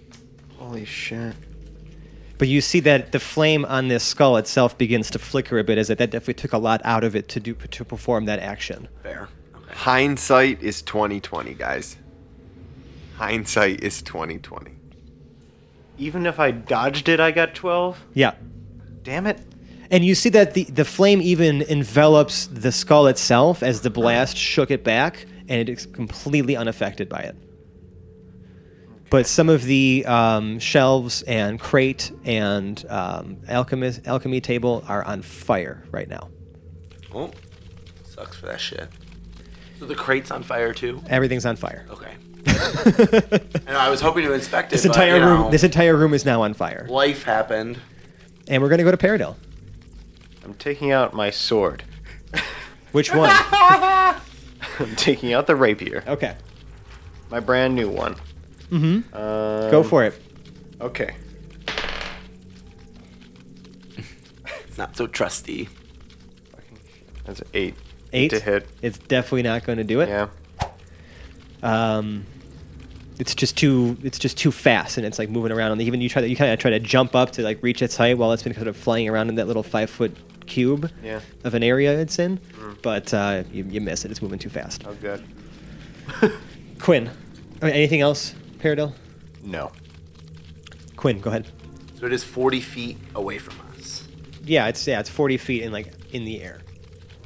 Holy shit. But you see that the flame on this skull itself begins to flicker a bit, as that that definitely took a lot out of it to do to perform that action. Fair. Okay. Hindsight is twenty twenty, guys. Hindsight is twenty twenty. Even if I dodged it, I got 12? Yeah. Damn it. And you see that the, the flame even envelops the skull itself as the blast shook it back, and it is completely unaffected by it. But some of the um, shelves and crate and um, alchemy, alchemy table are on fire right now. Oh, sucks for that shit. So the crate's on fire too. Everything's on fire. Okay. I know. I was hoping to inspect it. This but, entire you room, um, know, this entire room is now on fire, life happened. and we're gonna go to Paradil. I'm taking out my sword. Which one? I'm taking out the rapier. okay, My brand new one. Mhm. Um, go for it. Okay. It's not so trusty. That's eight. Eight to hit. It's definitely not going to do it. Yeah. Um, it's just too. It's just too fast, and it's like moving around. And even you try to, you kind of try to jump up to like reach its height while it's been kind of flying around in that little five foot cube Yeah. Mm. of an area it's in. But uh, you, you miss it. It's moving too fast. Oh, good. Quinn, I mean, anything else, Paradil? No. Quinn, go ahead. So it is 40 feet away from us. Yeah, it's yeah, it's forty feet and like in the air.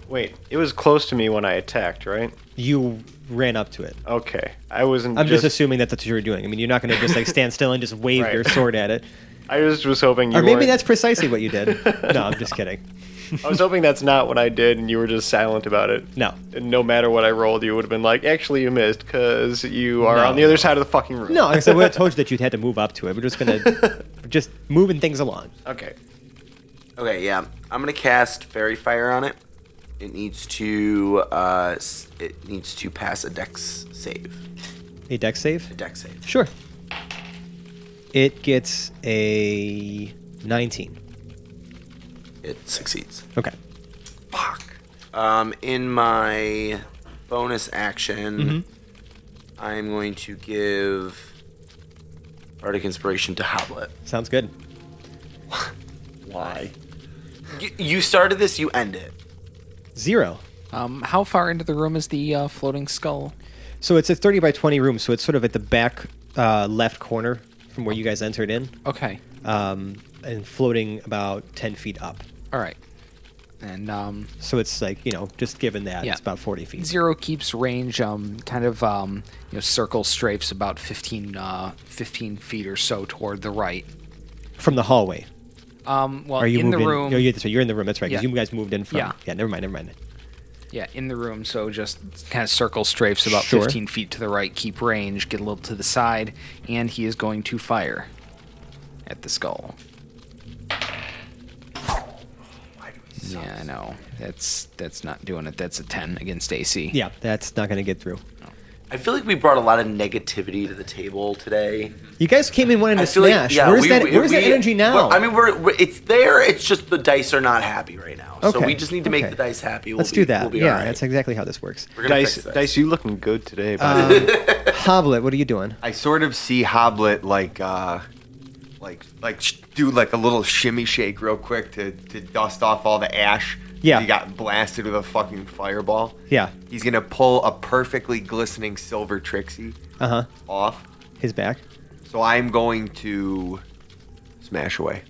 Wait, it was close to me when I attacked, right? You ran up to it. Okay. I wasn't. I'm just, just assuming that that's what you were doing. I mean, you're not going to just like stand still and just wave Right. your sword at it. I just was hoping you. Or maybe weren't- that's precisely what you did. No, I'm just kidding. I was hoping that's not what I did, and you were just silent about it. No. And no matter what I rolled, you would have been like, "Actually, you missed because you are on the other side of the fucking room." No, because I would have told you that you'd had to move up to it. We're just gonna we're just moving things along. Okay. Okay, yeah. I'm gonna cast fairy fire on it. It needs to uh s- it needs to pass a dex save. A deck A save? dex save. Sure. It gets a 19. It succeeds. Okay. Fuck. Um in my bonus action, I'm going to give Bardic Inspiration to Hoblet. Sounds good. Why? Y- You started this, you end it. Zero. Um, how far into the room is the uh, floating skull? So it's a 30 by 20 room, so it's sort of at the back uh, left corner from where you guys entered in, Okay. um, and floating about 10 feet up. All right. And um, So it's like, you know, just given that, Yeah. it's about 40 feet. Zero keeps range um, kind of um, you know circle strafes about 15, uh, 15 feet or so toward the right. From the hallway. Um, well, Are you in the moved room, In, oh, you're, so you're in the room. That's right. 'cause Yeah. you guys moved in from. Yeah. Yeah. Never mind. Never mind. yeah, in the room. So just kind of circle strafes about Sure. fifteen feet to the right, keep range, get a little to the side, and he is going to fire at the skull. Yeah, I know. That's that's not doing it. That's a ten against AC. Yeah, that's not gonna get through. I feel like we brought a lot of negativity to the table today. You guys came in wanting to I feel like- smash. yeah, where's we- that? we- where's that we- energy now? we're- I mean, we're, we're- it's there. It's just the dice are not happy right now. So Okay, we just need to make okay. the dice happy. We'll let's be, do that. We'll be yeah, all right. that's exactly how this works. we're gonna Dice, fix this. Dice, you looking good today, bud. Hoblet, what are you doing? Uh, I sort of see Hoblet like, uh, like, like sh- do like a little shimmy shake real quick to, to dust off all the ash. Yeah. He got blasted with a fucking fireball. Yeah. He's gonna pull a perfectly glistening silver Trixie Uh huh. off. His back. So I'm going to smash away.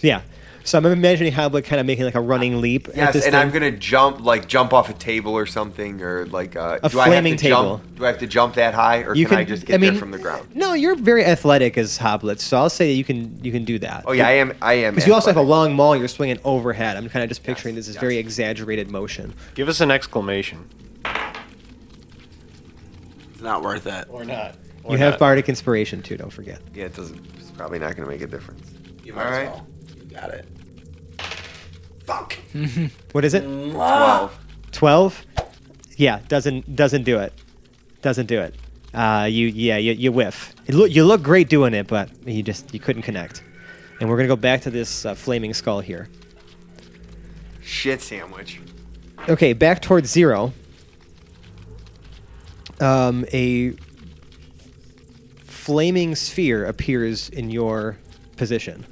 Yeah. So I'm imagining Hoblet kind of making like a running leap. at Yes, this and thing. I'm gonna jump like jump off a table or something, or like uh, A do I have flaming to table. Jump, do I have to jump that high, or can, I just get there from the ground? No, you're very athletic as Hoblet, so I'll say that you can you can do that. Oh yeah, I am. I am. Because you also have a athletic. long maul, you're swinging overhead. I'm kind of just picturing this is very exaggerated motion. Give us an exclamation. It's not worth it. Or not. you have bardic inspiration too. Don't forget. Yeah, it doesn't. It's probably not gonna make a difference. You might All as right. well. You got it. Fuck. What is it? Twelve. 12 yeah doesn't doesn't do it doesn't do it uh, you yeah you, you whiff it look, you look great doing it but you just you couldn't connect and we're gonna go back to this uh, flaming skull here Shit sandwich. okay back towards zero um, a flaming sphere appears in your position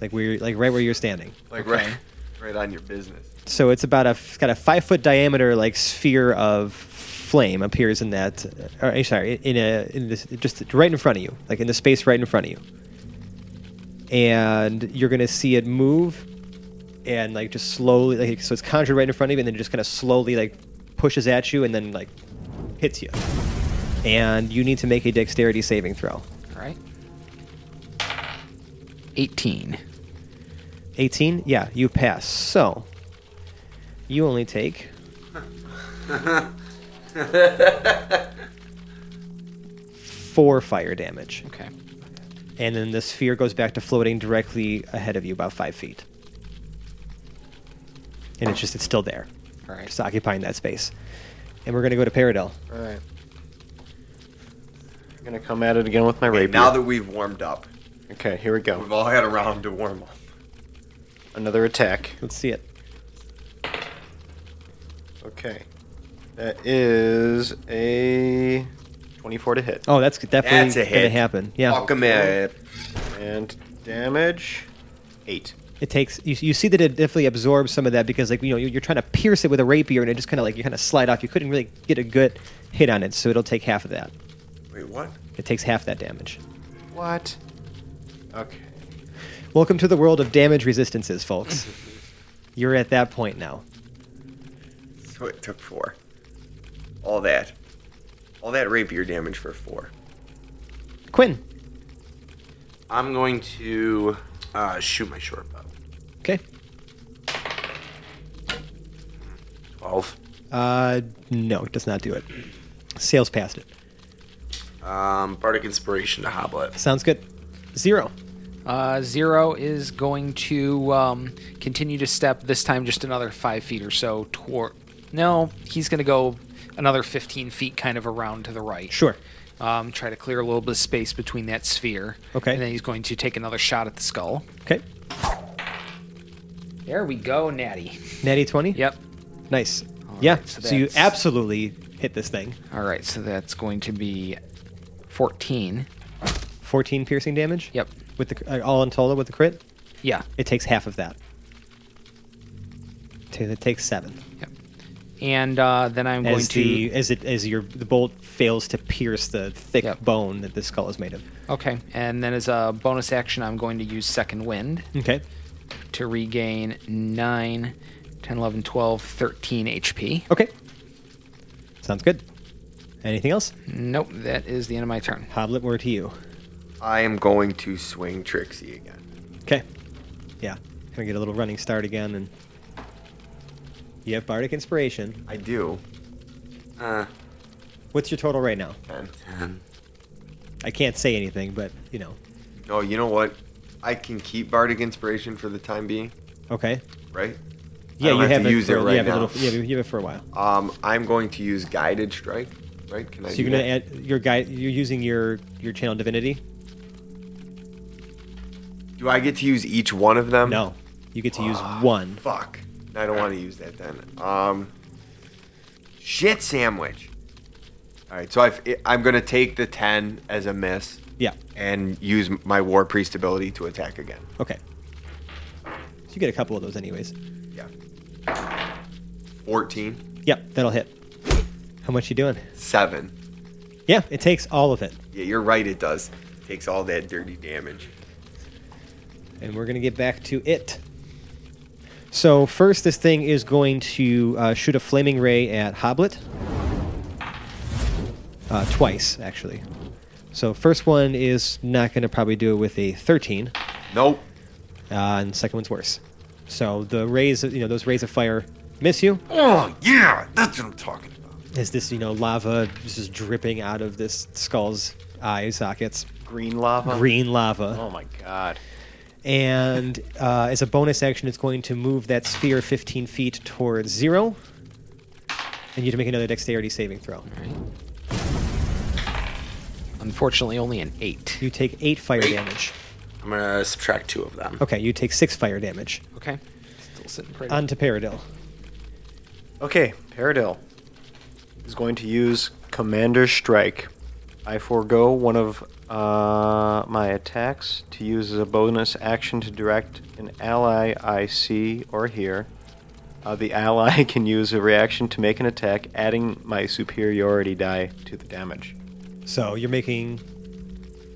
like we're like right where you're standing Like right, right on your business. So it's about a it's got a five foot diameter like sphere of flame appears in that. Or, eh, sorry, in a in this just right in front of you, like in the space right in front of you. And you're gonna see it move, and like just slowly, like so it's conjured right in front of you, and then it just kind of slowly like pushes at you, and then like hits you. And you need to make a dexterity saving throw. All right. Eighteen. 18? Yeah, you pass. So, you only take. four fire damage. Okay. And then the sphere goes back to floating directly ahead of you, about five feet. And it's just, it's still there. All right. Just occupying that space. And we're going to go to Paradel. All right. I'm gonna come at it again with my Okay, rapier. now that we've warmed up, okay, here we go. we've all had a round to warm up. Another attack. Let's see it. Okay. That is a 24 to hit. Oh, that's definitely That's a going to hit. happen. Yeah. Fuck 'em up. And damage 8. it takes you, you see that it definitely absorbs some of that because like you know you- you're trying to pierce it with a rapier and it just kind of like you kind of slide off you couldn't really get a good hit on it so it'll take half of that Wait, what? it takes half that damage What? Okay. welcome to the world of damage resistances folks you're at that point now So it took four. All that, all that rapier damage for four. quinn I'm going to uh, shoot my short bow. okay 12. uh no it does not do it sales past it Um, Bardic Inspiration to Hoblet. sounds good zero Uh, Zero is going to um, continue to step, this time just another five feet or so toward. No, he's going to go another 15 feet kind of around to the right. sure Um, try to clear a little bit of space between that sphere. Okay. And then he's going to take another shot at the skull. okay There we go, Natty. natty 20 Yep. nice yeah right, so so you that's- absolutely hit this thing All right, so that's going to be 14. 14 piercing damage Yep. with the uh, all in total with the crit Yeah. It takes half of that. Ta- It takes seven. And uh, then I'm going As to. the as it as your the bolt fails to pierce the thick Yep. bone that the skull is made of. Okay. And then as a bonus action, I'm going to use Second Wind Okay. to regain 9, 10, 11, 12, 13 HP. Okay. Sounds good. Anything else? Nope, that is the end of my turn. Hoblet, we're to you. I am going to swing Trixie again. Okay. Yeah. Gonna get a little running start again and you have Bardic Inspiration. I do. Uh, What's your total right now? ten. I can't say anything, but you know. No, oh, you know what? I can keep Bardic Inspiration for the time being, Okay. right? Yeah, don't you have to have, it use it for, right you have now. It a little, you, have, you have it for a while. Um, I'm going to use Guided Strike, right? Can I So do you're gonna that? add your guy. You're using your your channel divinity. Do I get to use each one of them? No, you get to use one. Fuck. I don't want to use that then. Um, shit sandwich. All right, so I've, I'm going to take the 10 as a miss Yeah. and use my War Priest ability to attack again. Okay. So you get a couple of those anyways. Yeah. 14. Yep, that'll hit. How much you doing? 7. Yeah, it takes all of it, Yeah, you're right, it does. Takes all that dirty damage. and we're gonna get back to it. So first, this thing is going to uh, shoot a flaming ray at Hoblet. Uh, twice, actually. So first one is not gonna probably do it with a 13. Nope. uh, and the second one's worse. So the rays, you know, those rays of fire miss you Oh, yeah, that's what I'm talking about. as this, you know, lava is just dripping out of this skull's eye sockets, Green lava. green lava. Oh my god. And uh, as a bonus action, it's going to move that sphere 15 feet towards zero, and you have to make another dexterity saving throw. Unfortunately, only an 8. You take eight fire damage. I'm gonna subtract two of them. Okay, you take six fire damage. Okay. Still sitting pretty. On to Paradil. Okay, Paradil is going to use Commander Strike. I forego one of uh, my attacks to use as a bonus action to direct an ally I see or hear. Uh, the ally can use a reaction to make an attack, adding my superiority die to the damage. So you're making.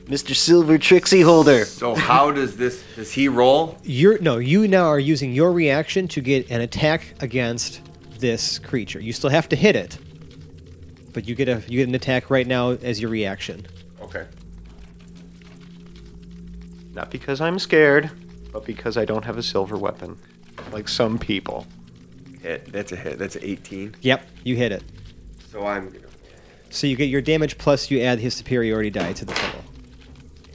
Mr. Silver Trixie Holder. So, how does this. Does he roll? You're no. You now are using your reaction to get an attack against this creature. You still have to hit it, but you get a you get an attack right now as your reaction. Okay. Not because I'm scared, but because I don't have a silver weapon, like some people. Hit. That's a hit. That's 18. Yep, you hit it. So, I'm going to. So you get your damage plus you add his superiority die to the total.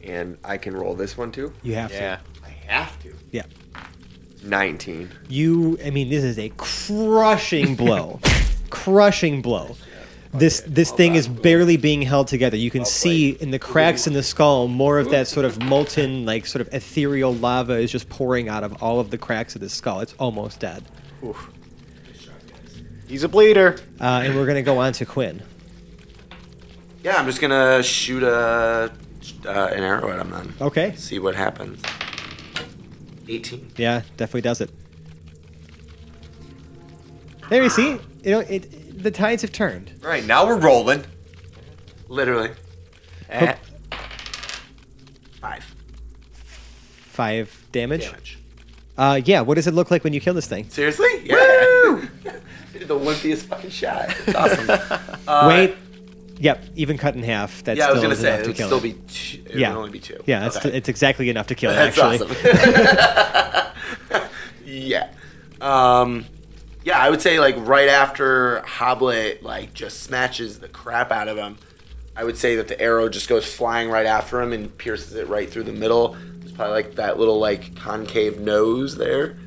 And I can roll this one too? You have to. I have to. Yeah. 19. You. I mean, this is a crushing blow, crushing blow. This this thing is barely being held together. You can see in the cracks in the skull more of that sort of molten, like sort of ethereal lava is just pouring out of all of the cracks of the skull. It's almost dead. He's a bleeder. Uh, and we're gonna go on to Quinn. Yeah, I'm just gonna shoot a uh, an arrow at him then. Okay. See what happens. 18. Yeah, definitely does it. There you see, you know, it the tides have turned. All right, now we're rolling. Literally. Eh. Five Five damage. damage. Uh, yeah. What does it look like when you kill this thing? Seriously? Yeah. I did the wimpiest fucking shot. It's awesome. Wait. Yep. Even cut in half. That's yeah, I still was gonna is say enough it to would kill still it. be two. It Yeah. would only be two. Yeah, it's, Okay. it's exactly enough to kill it. That's actually. awesome. yeah. Um, yeah, I would say like right after Hoblet like just smashes the crap out of him, I would say that the arrow just goes flying right after him and pierces it right through the middle. There's probably like that little like concave nose there.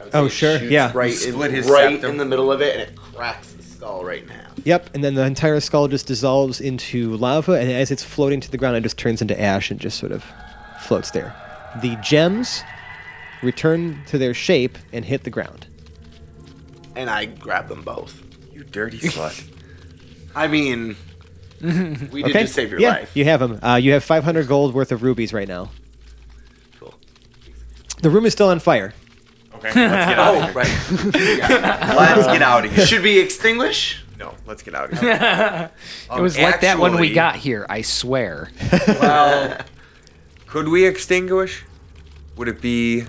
I would say Oh, it sure, shoots yeah. Right, in, Split his right septum. in the middle of it, and it cracks the skull right in half. Yep, and then the entire skull just dissolves into lava, and as it's floating to the ground, it just turns into ash and just sort of floats there. The gems return to their shape and hit the ground. And I grab them both. You dirty slut. I mean, we did just save your yeah, life. you have them. Uh, you have 500 gold worth of rubies right now. Cool. The room is still on fire. Okay, let's get out of here. Right. Oh, Let's get out of here. Should we extinguish? No, let's get out of here. It was like that when we Actually- got here, I swear. Well, could we extinguish? Would it be?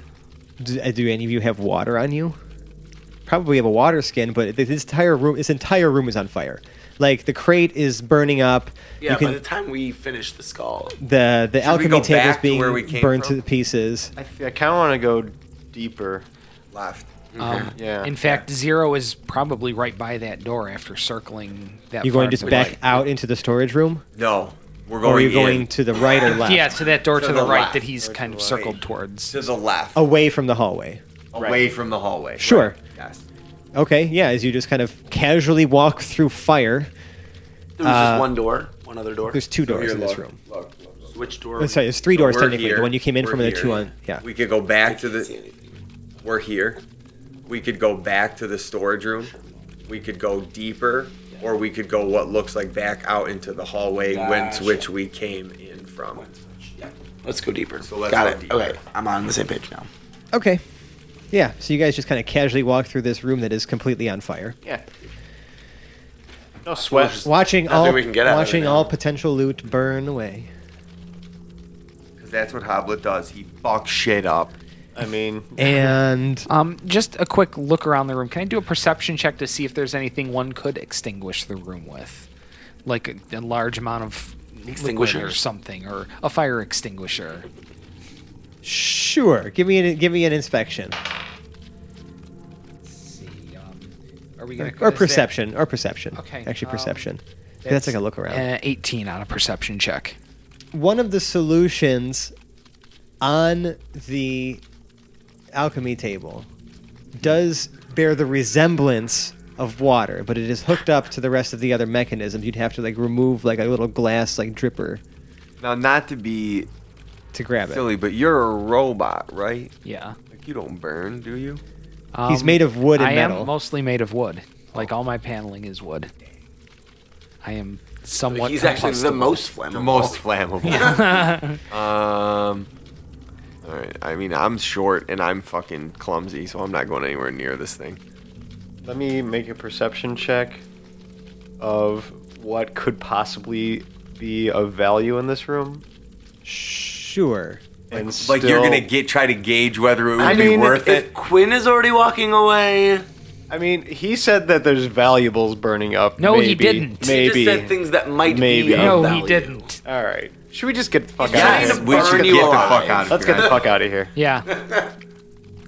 Do, uh, do any of you have water on you? Probably have a water skin, but this entire room, this entire room is on fire. Like the crate is burning up. Yeah, you can, by the time we finish the skull. the the alchemy go table is back to being where we came burned from? to pieces. I, f- I kind of want to go deeper. Left. Um, Yeah. In fact, Zero is probably right by that door after circling that. You're going far just to the back right. out into the storage room, No, we're or are going. you Oh, going in. to the right or left? Yeah, to that door to, To the, the right left. that he's kind of circled towards. to the left, Away from the hallway. away from the hallway. Oh, Sure. Right, Yes. Okay, yeah. As you just kind of casually walk through fire, There was Uh, just one door, one other door. there's two Over doors here, in this look, room. Look, look, look. Which door? Oh, sorry, there's three So doors we're technically. here, The one you came in we're from, and the here. two on. Yeah. We could go back to Can't see the. anything. We're here. We could go back to the storage room. We could go deeper, or we could go what looks like back out into the hallway, whence Gotcha. which we came in from. Let's go deeper. So let's Got go it. deeper. Okay, I'm on the same page now. Okay. Yeah. So you guys just kind of casually walk through this room that is completely on fire, Yeah. No sweat. watching Nothing all we can get out of it watching now. all potential loot burn away. Because that's what Hoblet does. He fucks shit up. I mean, And Um, just a quick look around the room. Can I do a perception check to see if there's anything one could extinguish the room with, like a, a large amount of liquid or Extinguishers. something, or a fire extinguisher? sure, give me an, give me an inspection see. Um, are we or, gonna or is that- perception or perception. Okay, Actually, um, perception. That's like a look around. Uh, 18 on a perception check. one of the solutions on the alchemy table does bear the resemblance of water, but it is hooked up to the rest of the other mechanisms. You'd have to like remove like a little glass like dripper Now, not to be to grab it. silly, but you're a robot, right? Yeah. Like you don't burn, do you? Um, He's made of wood and I metal. Oh. am mostly made of wood. Like all my paneling is wood. I am somewhat. He's actually the combustible. most flammable. The most flammable. um. All right. I mean, I'm short and I'm fucking clumsy, so I'm not going anywhere near this thing. let me make a perception check of what could possibly be of value in this room. Sure. And Like you're still- gonna get try to gauge whether it would I be mean, worth if it. Quinn is already walking away, I mean, he said that there's valuables burning up. No, he Maybe. didn't. Maybe. he just said things that might Maybe. be of No, value. he didn't. All right. Should we just get the fuck He's out trying of to here? we should burn get you the alive. fuck out of Let's here. get the fuck out of here. Yeah.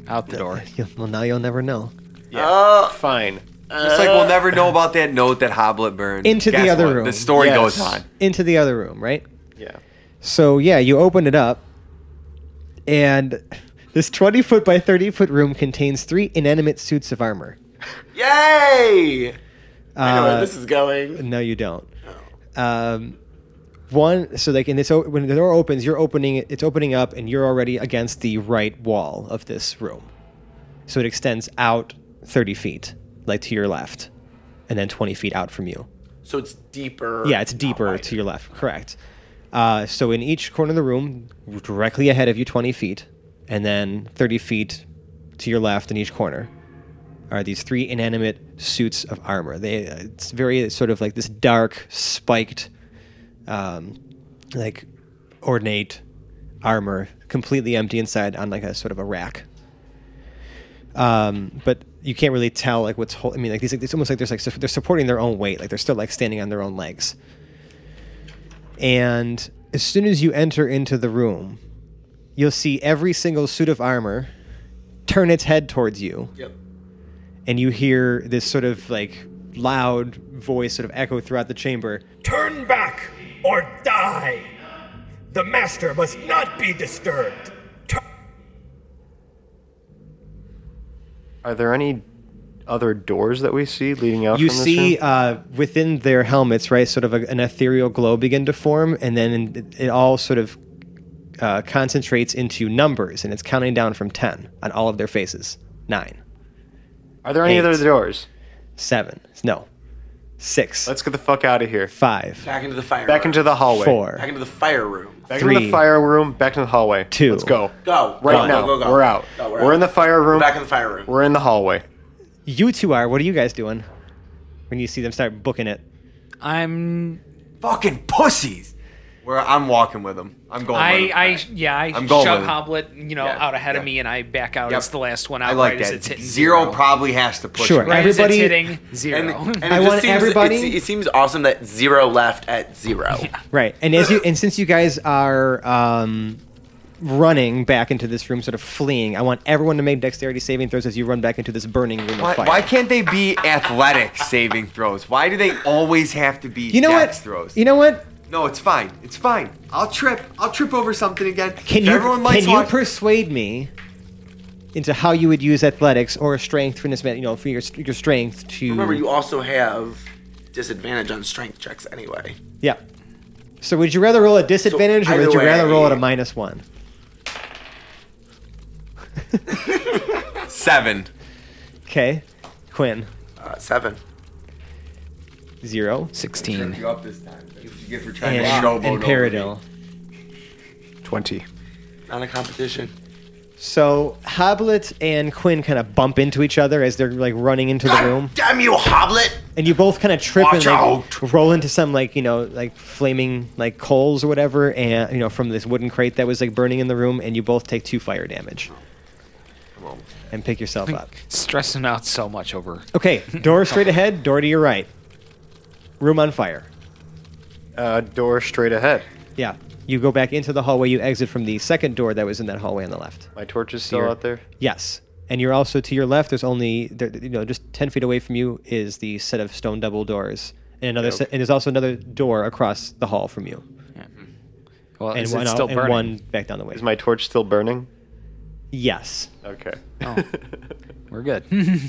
Out the door. You'll- Well, now you'll never know. Yeah. Oh, Fine. It's like we'll never know about that note that Hoblet burned. Into the Guess other what? room. The story Yes. goes on. Into the other room, right? Yeah. So yeah, you open it up, and this twenty foot by thirty foot room contains three inanimate suits of armor. yay! I know Uh, where this is going. No, you don't. Um, one, so like in this, o- when the door opens, you're opening it's opening up, and you're already against the right wall of this room. So it extends out thirty feet, like to your left, and then twenty feet out from you. So it's deeper. Yeah, it's not deeper wider. to your left. Correct. Uh, so in each corner of the room, directly ahead of you, twenty feet, and then thirty feet to your left in each corner, are these three inanimate suits of armor. They it's very sort of like this dark, spiked, um, like ornate armor, completely empty inside on like a sort of a rack. Um, but you can't really tell like what's hol- I mean like these like, it's almost like there's like su- they're supporting their own weight like they're still like standing on their own legs. And as soon as you enter into the room, you'll see every single suit of armor turn its head towards you Yep. and you hear this sort of like loud voice sort of echo throughout the chamber. Turn back or die. The master must not be disturbed. Turn- Are there any other doors that we see leading out You from this see room? uh, within their helmets, right, sort of a, an ethereal glow begin to form, and then it- it all sort of uh, concentrates into numbers, and it's counting down from 10 on all of their faces. Nine, Are there any eight. other doors? seven, no, six, Let's get the fuck out of here. five, Back into the fire. Back room. into the hallway. four, Back into the fire room. Back three, into the fire room. Back into the hallway. two. Let's go. Go. Right go, now. Go, go, go. We're out. Go, we're out. in the fire room. Back in the fire room. We're in the hallway. You two are. What are you guys doing when you see them start booking it? I'm. Fucking pussies. Where I'm walking with them. I'm going. I. with 'em. I. Yeah. I I'm going shove with it. Hoblet, you know, Yeah, out ahead of yeah. me, and I back out Yep. as the last one out. I like right As that. it's Zero, hitting zero, probably has to push. Sure. it. Right as it's Everybody- hitting zero. And, and and I it want just seems, everybody- It, it seems awesome that zero left at zero. Right, and as you and since you guys are um, running back into this room, sort of fleeing, I want everyone to make dexterity saving throws as you run back into this burning room Why, of fire. why can't they be athletic saving throws? Why do they always have to be you know what? dex throws? You know what? no, it's fine. It's fine. I'll trip. I'll trip over something again. Can If you Everyone likes can you watch- persuade me into how you would use athletics or strength for this? ma- You know, for your your strength to Remember, you also have disadvantage on strength checks anyway. yeah. So would you rather roll a disadvantage or either would you rather way- roll at a minus one? seven. Okay, Quinn Uh, seven. zero Sixteen. You up this time. That's what you get for trying and, to showboat and over me. Peridil. Twenty. Not a competition. So Hoblet and Quinn kind of bump into each other as they're like running into the room, Damn you, Hoblet! and you both kind of trip and Watch like, out. roll into some like you know like flaming like coals or whatever, and you know from this wooden crate that was like burning in the room, and you both take two fire damage. And pick yourself up. Stressing out so much over. Okay, door straight ahead, door to your right. Room on fire. Uh, door straight ahead. Yeah. You go back into the hallway, you exit from the second door that was in that hallway on the left. My torch is still Here. out there. Yes, and you're also to your left. There's only there, you know just ten feet away from you is the set of stone double doors, and another set, and there's also another door across the hall from you, Well, and is one it out- still and burning? one back down the way. Is my torch still burning? yes, Okay. We're good.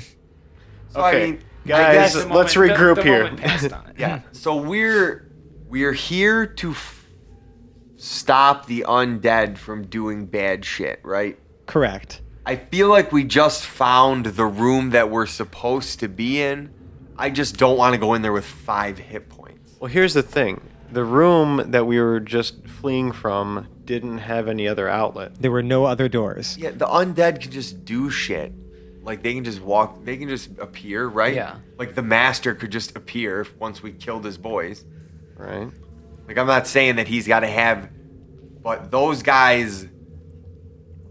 So, I okay. mean, I Guys, guess let's regroup here. Yeah. So we're we're here to f- stop the undead from doing bad shit, right? correct. I feel like we just found the room that we're supposed to be in. I just don't want to go in there with five hit points. well, here's the thing. The room that we were just fleeing from didn't have any other outlet. There were no other doors. Yeah, the undead can just do shit. Like they can just walk, they can just appear, right? Yeah. Like the master could just appear once we killed his boys. Right. Like I'm not saying that he's got to have, but those guys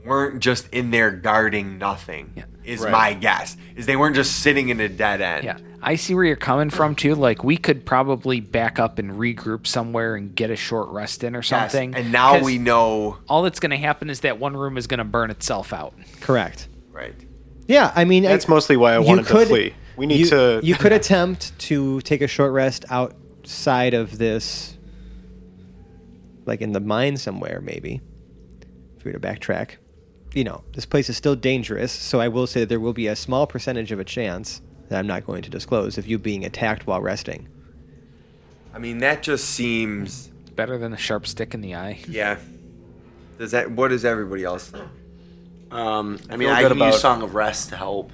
weren't just in there guarding nothing. Yeah. Is Right. my guess is they weren't just sitting in a dead end. Yeah, I see where you're coming from too. Like we could probably back up and regroup somewhere and get a short rest in or Yes, something. And now 'cause we know. all that's going to happen is that one room is going to burn itself out. Correct. Right. Yeah, I mean I- That's mostly why I you wanted could- to flee. We need you, to. You could attempt to take a short rest outside of this, like in the mine somewhere, maybe. If we were to backtrack, you know, this place is still dangerous. So I will say that there will be a small percentage of a chance that I'm not going to disclose of you being attacked while resting. I mean that just seems. Better than a sharp stick in the eye. Yeah. Does that? What does everybody else? think? Um, I mean, feel I good can about- use Song of Rest to help.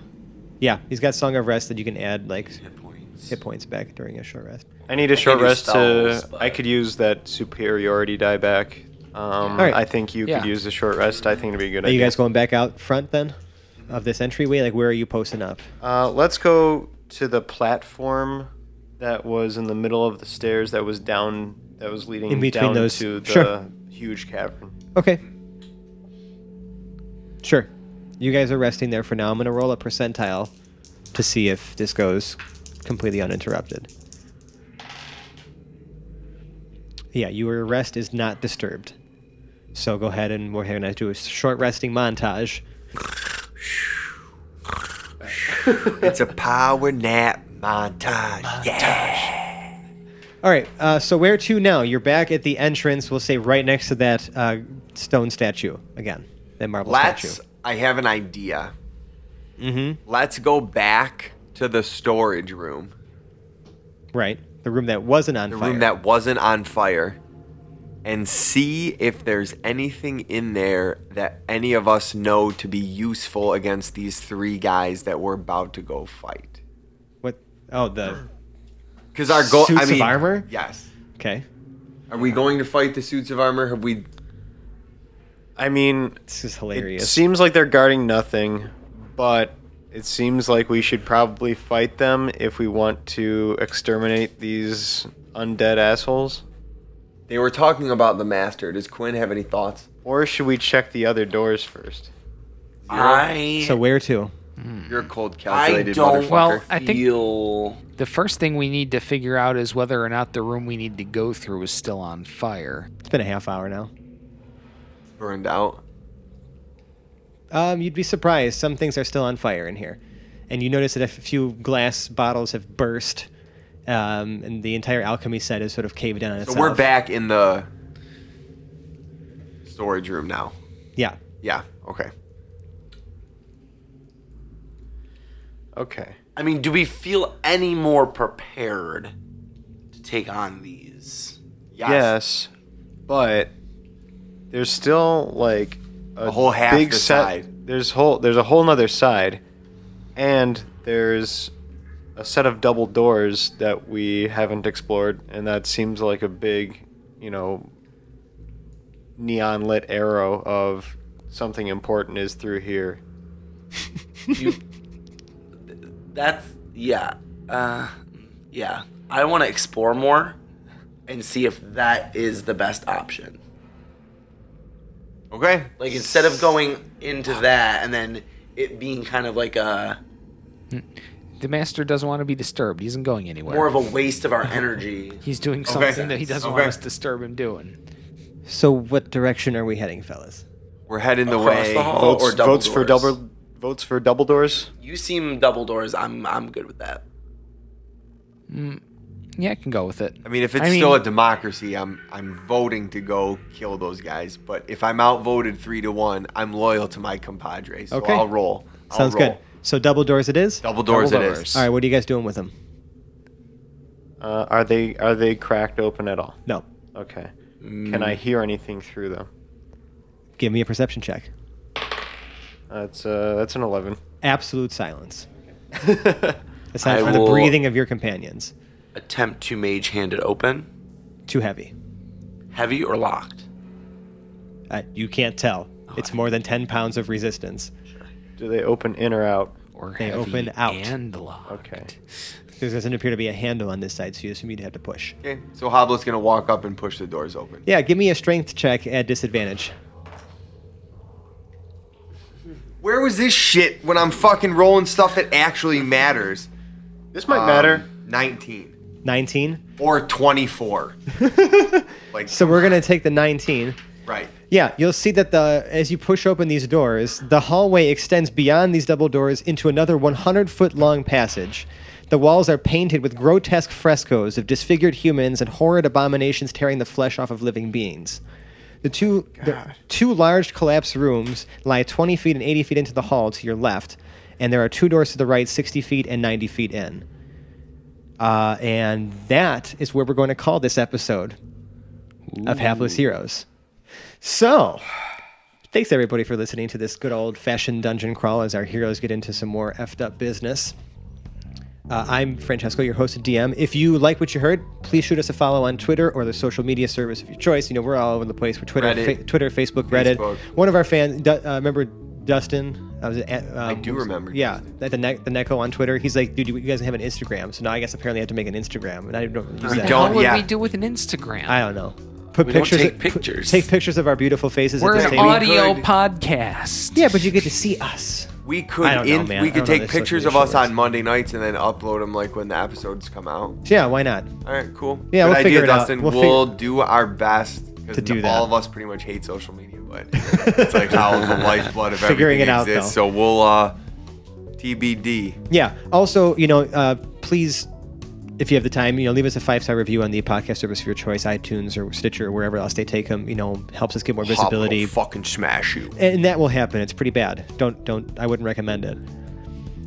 Yeah, he's got Song of Rest that you can add like Hit points. hit points back during a short rest. I need a short do rest spells, to. but- I could use that superiority die back. Um, right. I think you Yeah. could use a short rest. I think it'd be a good Are you idea. guys going back out front then, of this entryway? Like, where are you posting up? Uh, let's go to the platform that was in the middle of the stairs that was down that was leading In between down those- to the sure. huge cavern. Okay. Sure. You guys are resting there for now. I'm going to roll a percentile to see if this goes completely uninterrupted. Yeah, your rest is not disturbed. So go ahead and we're going to do a short resting montage. It's a power nap montage. Yeah. All right, uh, so where to now? You're back at the entrance, we'll say right next to that uh, stone statue again, that marble Let's. statue. I have an idea. Mm-hmm. Let's go back to the storage room. Right, the room that wasn't on the fire. room that wasn't on fire and see if there's anything in there that any of us know to be useful against these three guys that we're about to go fight. What? Oh, the Because our goal, Suits I of mean, armor? Yes. Okay. Are we going to fight the suits of armor? Have we? I mean, This is it hilarious. seems like they're guarding nothing, but it seems like we should probably fight them if we want to exterminate these undead assholes. They were talking about the master. Does Quinn have any thoughts? Or should we check the other doors first? I so where to? Mm-hmm. You're a cold, I calculated don't motherfucker. Well, I think- feel The first thing we need to figure out is whether or not the room we need to go through is still on fire. It's been a half hour now. burned out. Um, you'd be surprised. Some things are still on fire in here, and you notice that a few glass bottles have burst, um, and the entire alchemy set is sort of caved in on So itself. we're back in the storage room now. Yeah. Yeah. Okay. Okay. I mean, do we feel any more prepared to take on these? Yes. Yes, but there's still like A whole half big the set- side. There's whole there's a whole nother side, and there's a set of double doors that we haven't explored, and that seems like a big, you know, neon lit arrow of something important is through here. That's yeah, uh, yeah. I want to explore more and see if that is the best option. Okay. Like instead of going into that and then it being kind of like a The master doesn't want to be disturbed. He isn't going anywhere. more of a waste of our energy. He's doing something that he doesn't want Okay. us to disturb him doing. So what direction are we heading, fellas? We're heading the Across way. the hall. Votes, or double votes for doors. double votes for double doors. You seem double doors. I'm I'm good with that. Yeah, I can go with it. I mean, if it's I mean- still a democracy, I'm I'm voting to go kill those guys. But if I'm outvoted three to one, I'm loyal to my compadres. So Okay. I'll roll. I'll Sounds roll. good. So double doors it is. Double doors Double it is. doors. All right. What are you guys doing with them? Uh, are they are they cracked open at all? No. Okay. Mm. Can I hear anything through them? Give me a perception check. That's uh, that's an eleven. Absolute silence. Aside I from the will- breathing of your companions. Attempt to mage hand it open. Too heavy. Heavy or locked? Uh, you can't tell. Oh, It's more than 10 pounds of resistance. Do they open in or out? Or They heavy open out. and locked. Okay. There doesn't appear to be a handle on this side, so you assume you'd have to push. Okay. So Hoblo's gonna walk up and push the doors open. Yeah, give me a strength check at disadvantage. Where was this shit when I'm fucking rolling stuff that actually matters? This might matter. Um, 19 19. or 24. like So we're going to take the 19. right. Yeah, you'll see that the as you push open these doors, the hallway extends beyond these double doors into another 100 foot long passage. The walls are painted with grotesque frescoes of disfigured humans and horrid abominations tearing the flesh off of living beings. The two, the two large collapsed rooms lie 20 feet and 80 feet into the hall to your left, and there are two doors to the right, 60 feet and 90 feet in. Uh, and that is where we're going to call this episode of Hapless Heroes. So, thanks everybody for listening to this good old fashioned dungeon crawl as our heroes get into some more effed up business. Uh, I'm Francesco, your host of DM. If you like what you heard, please shoot us a follow on Twitter or the social media service of your choice. You know, we're all over the place. We're Twitter, Reddit. fa- Twitter, Facebook, Reddit. Facebook. One of our fans, Du- uh, remember Dustin? I was at, um, I do remember Yeah, at the ne- the Neko on Twitter. He's like, dude, you guys have an Instagram. So now I guess apparently I have to make an Instagram, and I don't use that. don't- What would yeah. we do with an Instagram? I don't know. Put We don't pictures. take pu- pictures. take pictures of our beautiful faces. We're at the an same audio could- podcast. Yeah, but you get to see us. We could I don't know, in, man. we I could don't know take this social pictures media of us shit works. on Monday nights and then upload them like when the episodes come out. So yeah, why not? All right, cool. Yeah, Good we'll idea, figure it out. Dustin. We'll We'll, fig- do our best because To do that. all of us pretty much hate social media, but it's like how the lifeblood of Figuring everything it out, exists. though. So we'll uh, TBD. Yeah. Also, you know, uh, please, if you have the time, you know, leave us a five star review on the podcast service of your choice, iTunes or Stitcher or wherever else they take them. You know, helps us get more visibility. Hoblo fucking smash you. and that will happen. It's pretty bad. Don't don't. I wouldn't recommend it.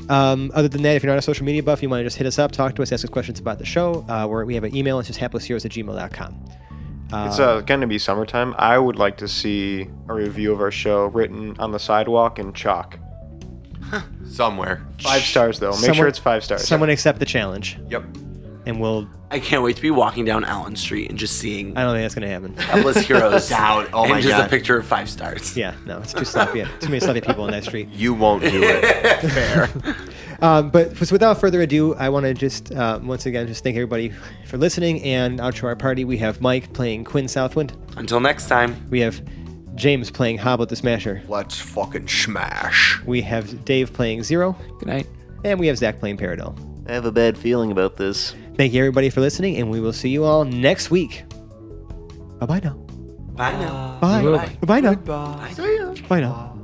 Um, other than that, if you're not a social media buff, you want to just hit us up, talk to us, ask us questions about the show. Uh, where we have an email. It's just haplessheroes at gmail.com. it's uh, going to be summertime. I would like to see a review of our show written on the sidewalk in chalk. Somewhere. Five stars though. Make sure it's five stars. Someone accept the challenge. Yep. and we'll. I can't wait to be walking down Allen Street and just seeing I don't think that's gonna happen. Endless Heroes Doubt. Oh and my just God. a picture of five stars. Yeah, no, it's too sloppy. Too many sloppy people on that street. You won't do it. Um, but f- without further ado, I want to just uh, once again just thank everybody for listening and outro our party. We have Mike playing Quinn Southwind. Until next time, We have James playing Hoblet the Smasher. Let's fucking smash. We have Dave playing Zero, Good night. and we have Zach playing Paradol. I have a bad feeling about this. Thank you everybody for listening, and we will see you all next week. Bye bye now. bye now. Bye. Bye now. Bye. Bye now.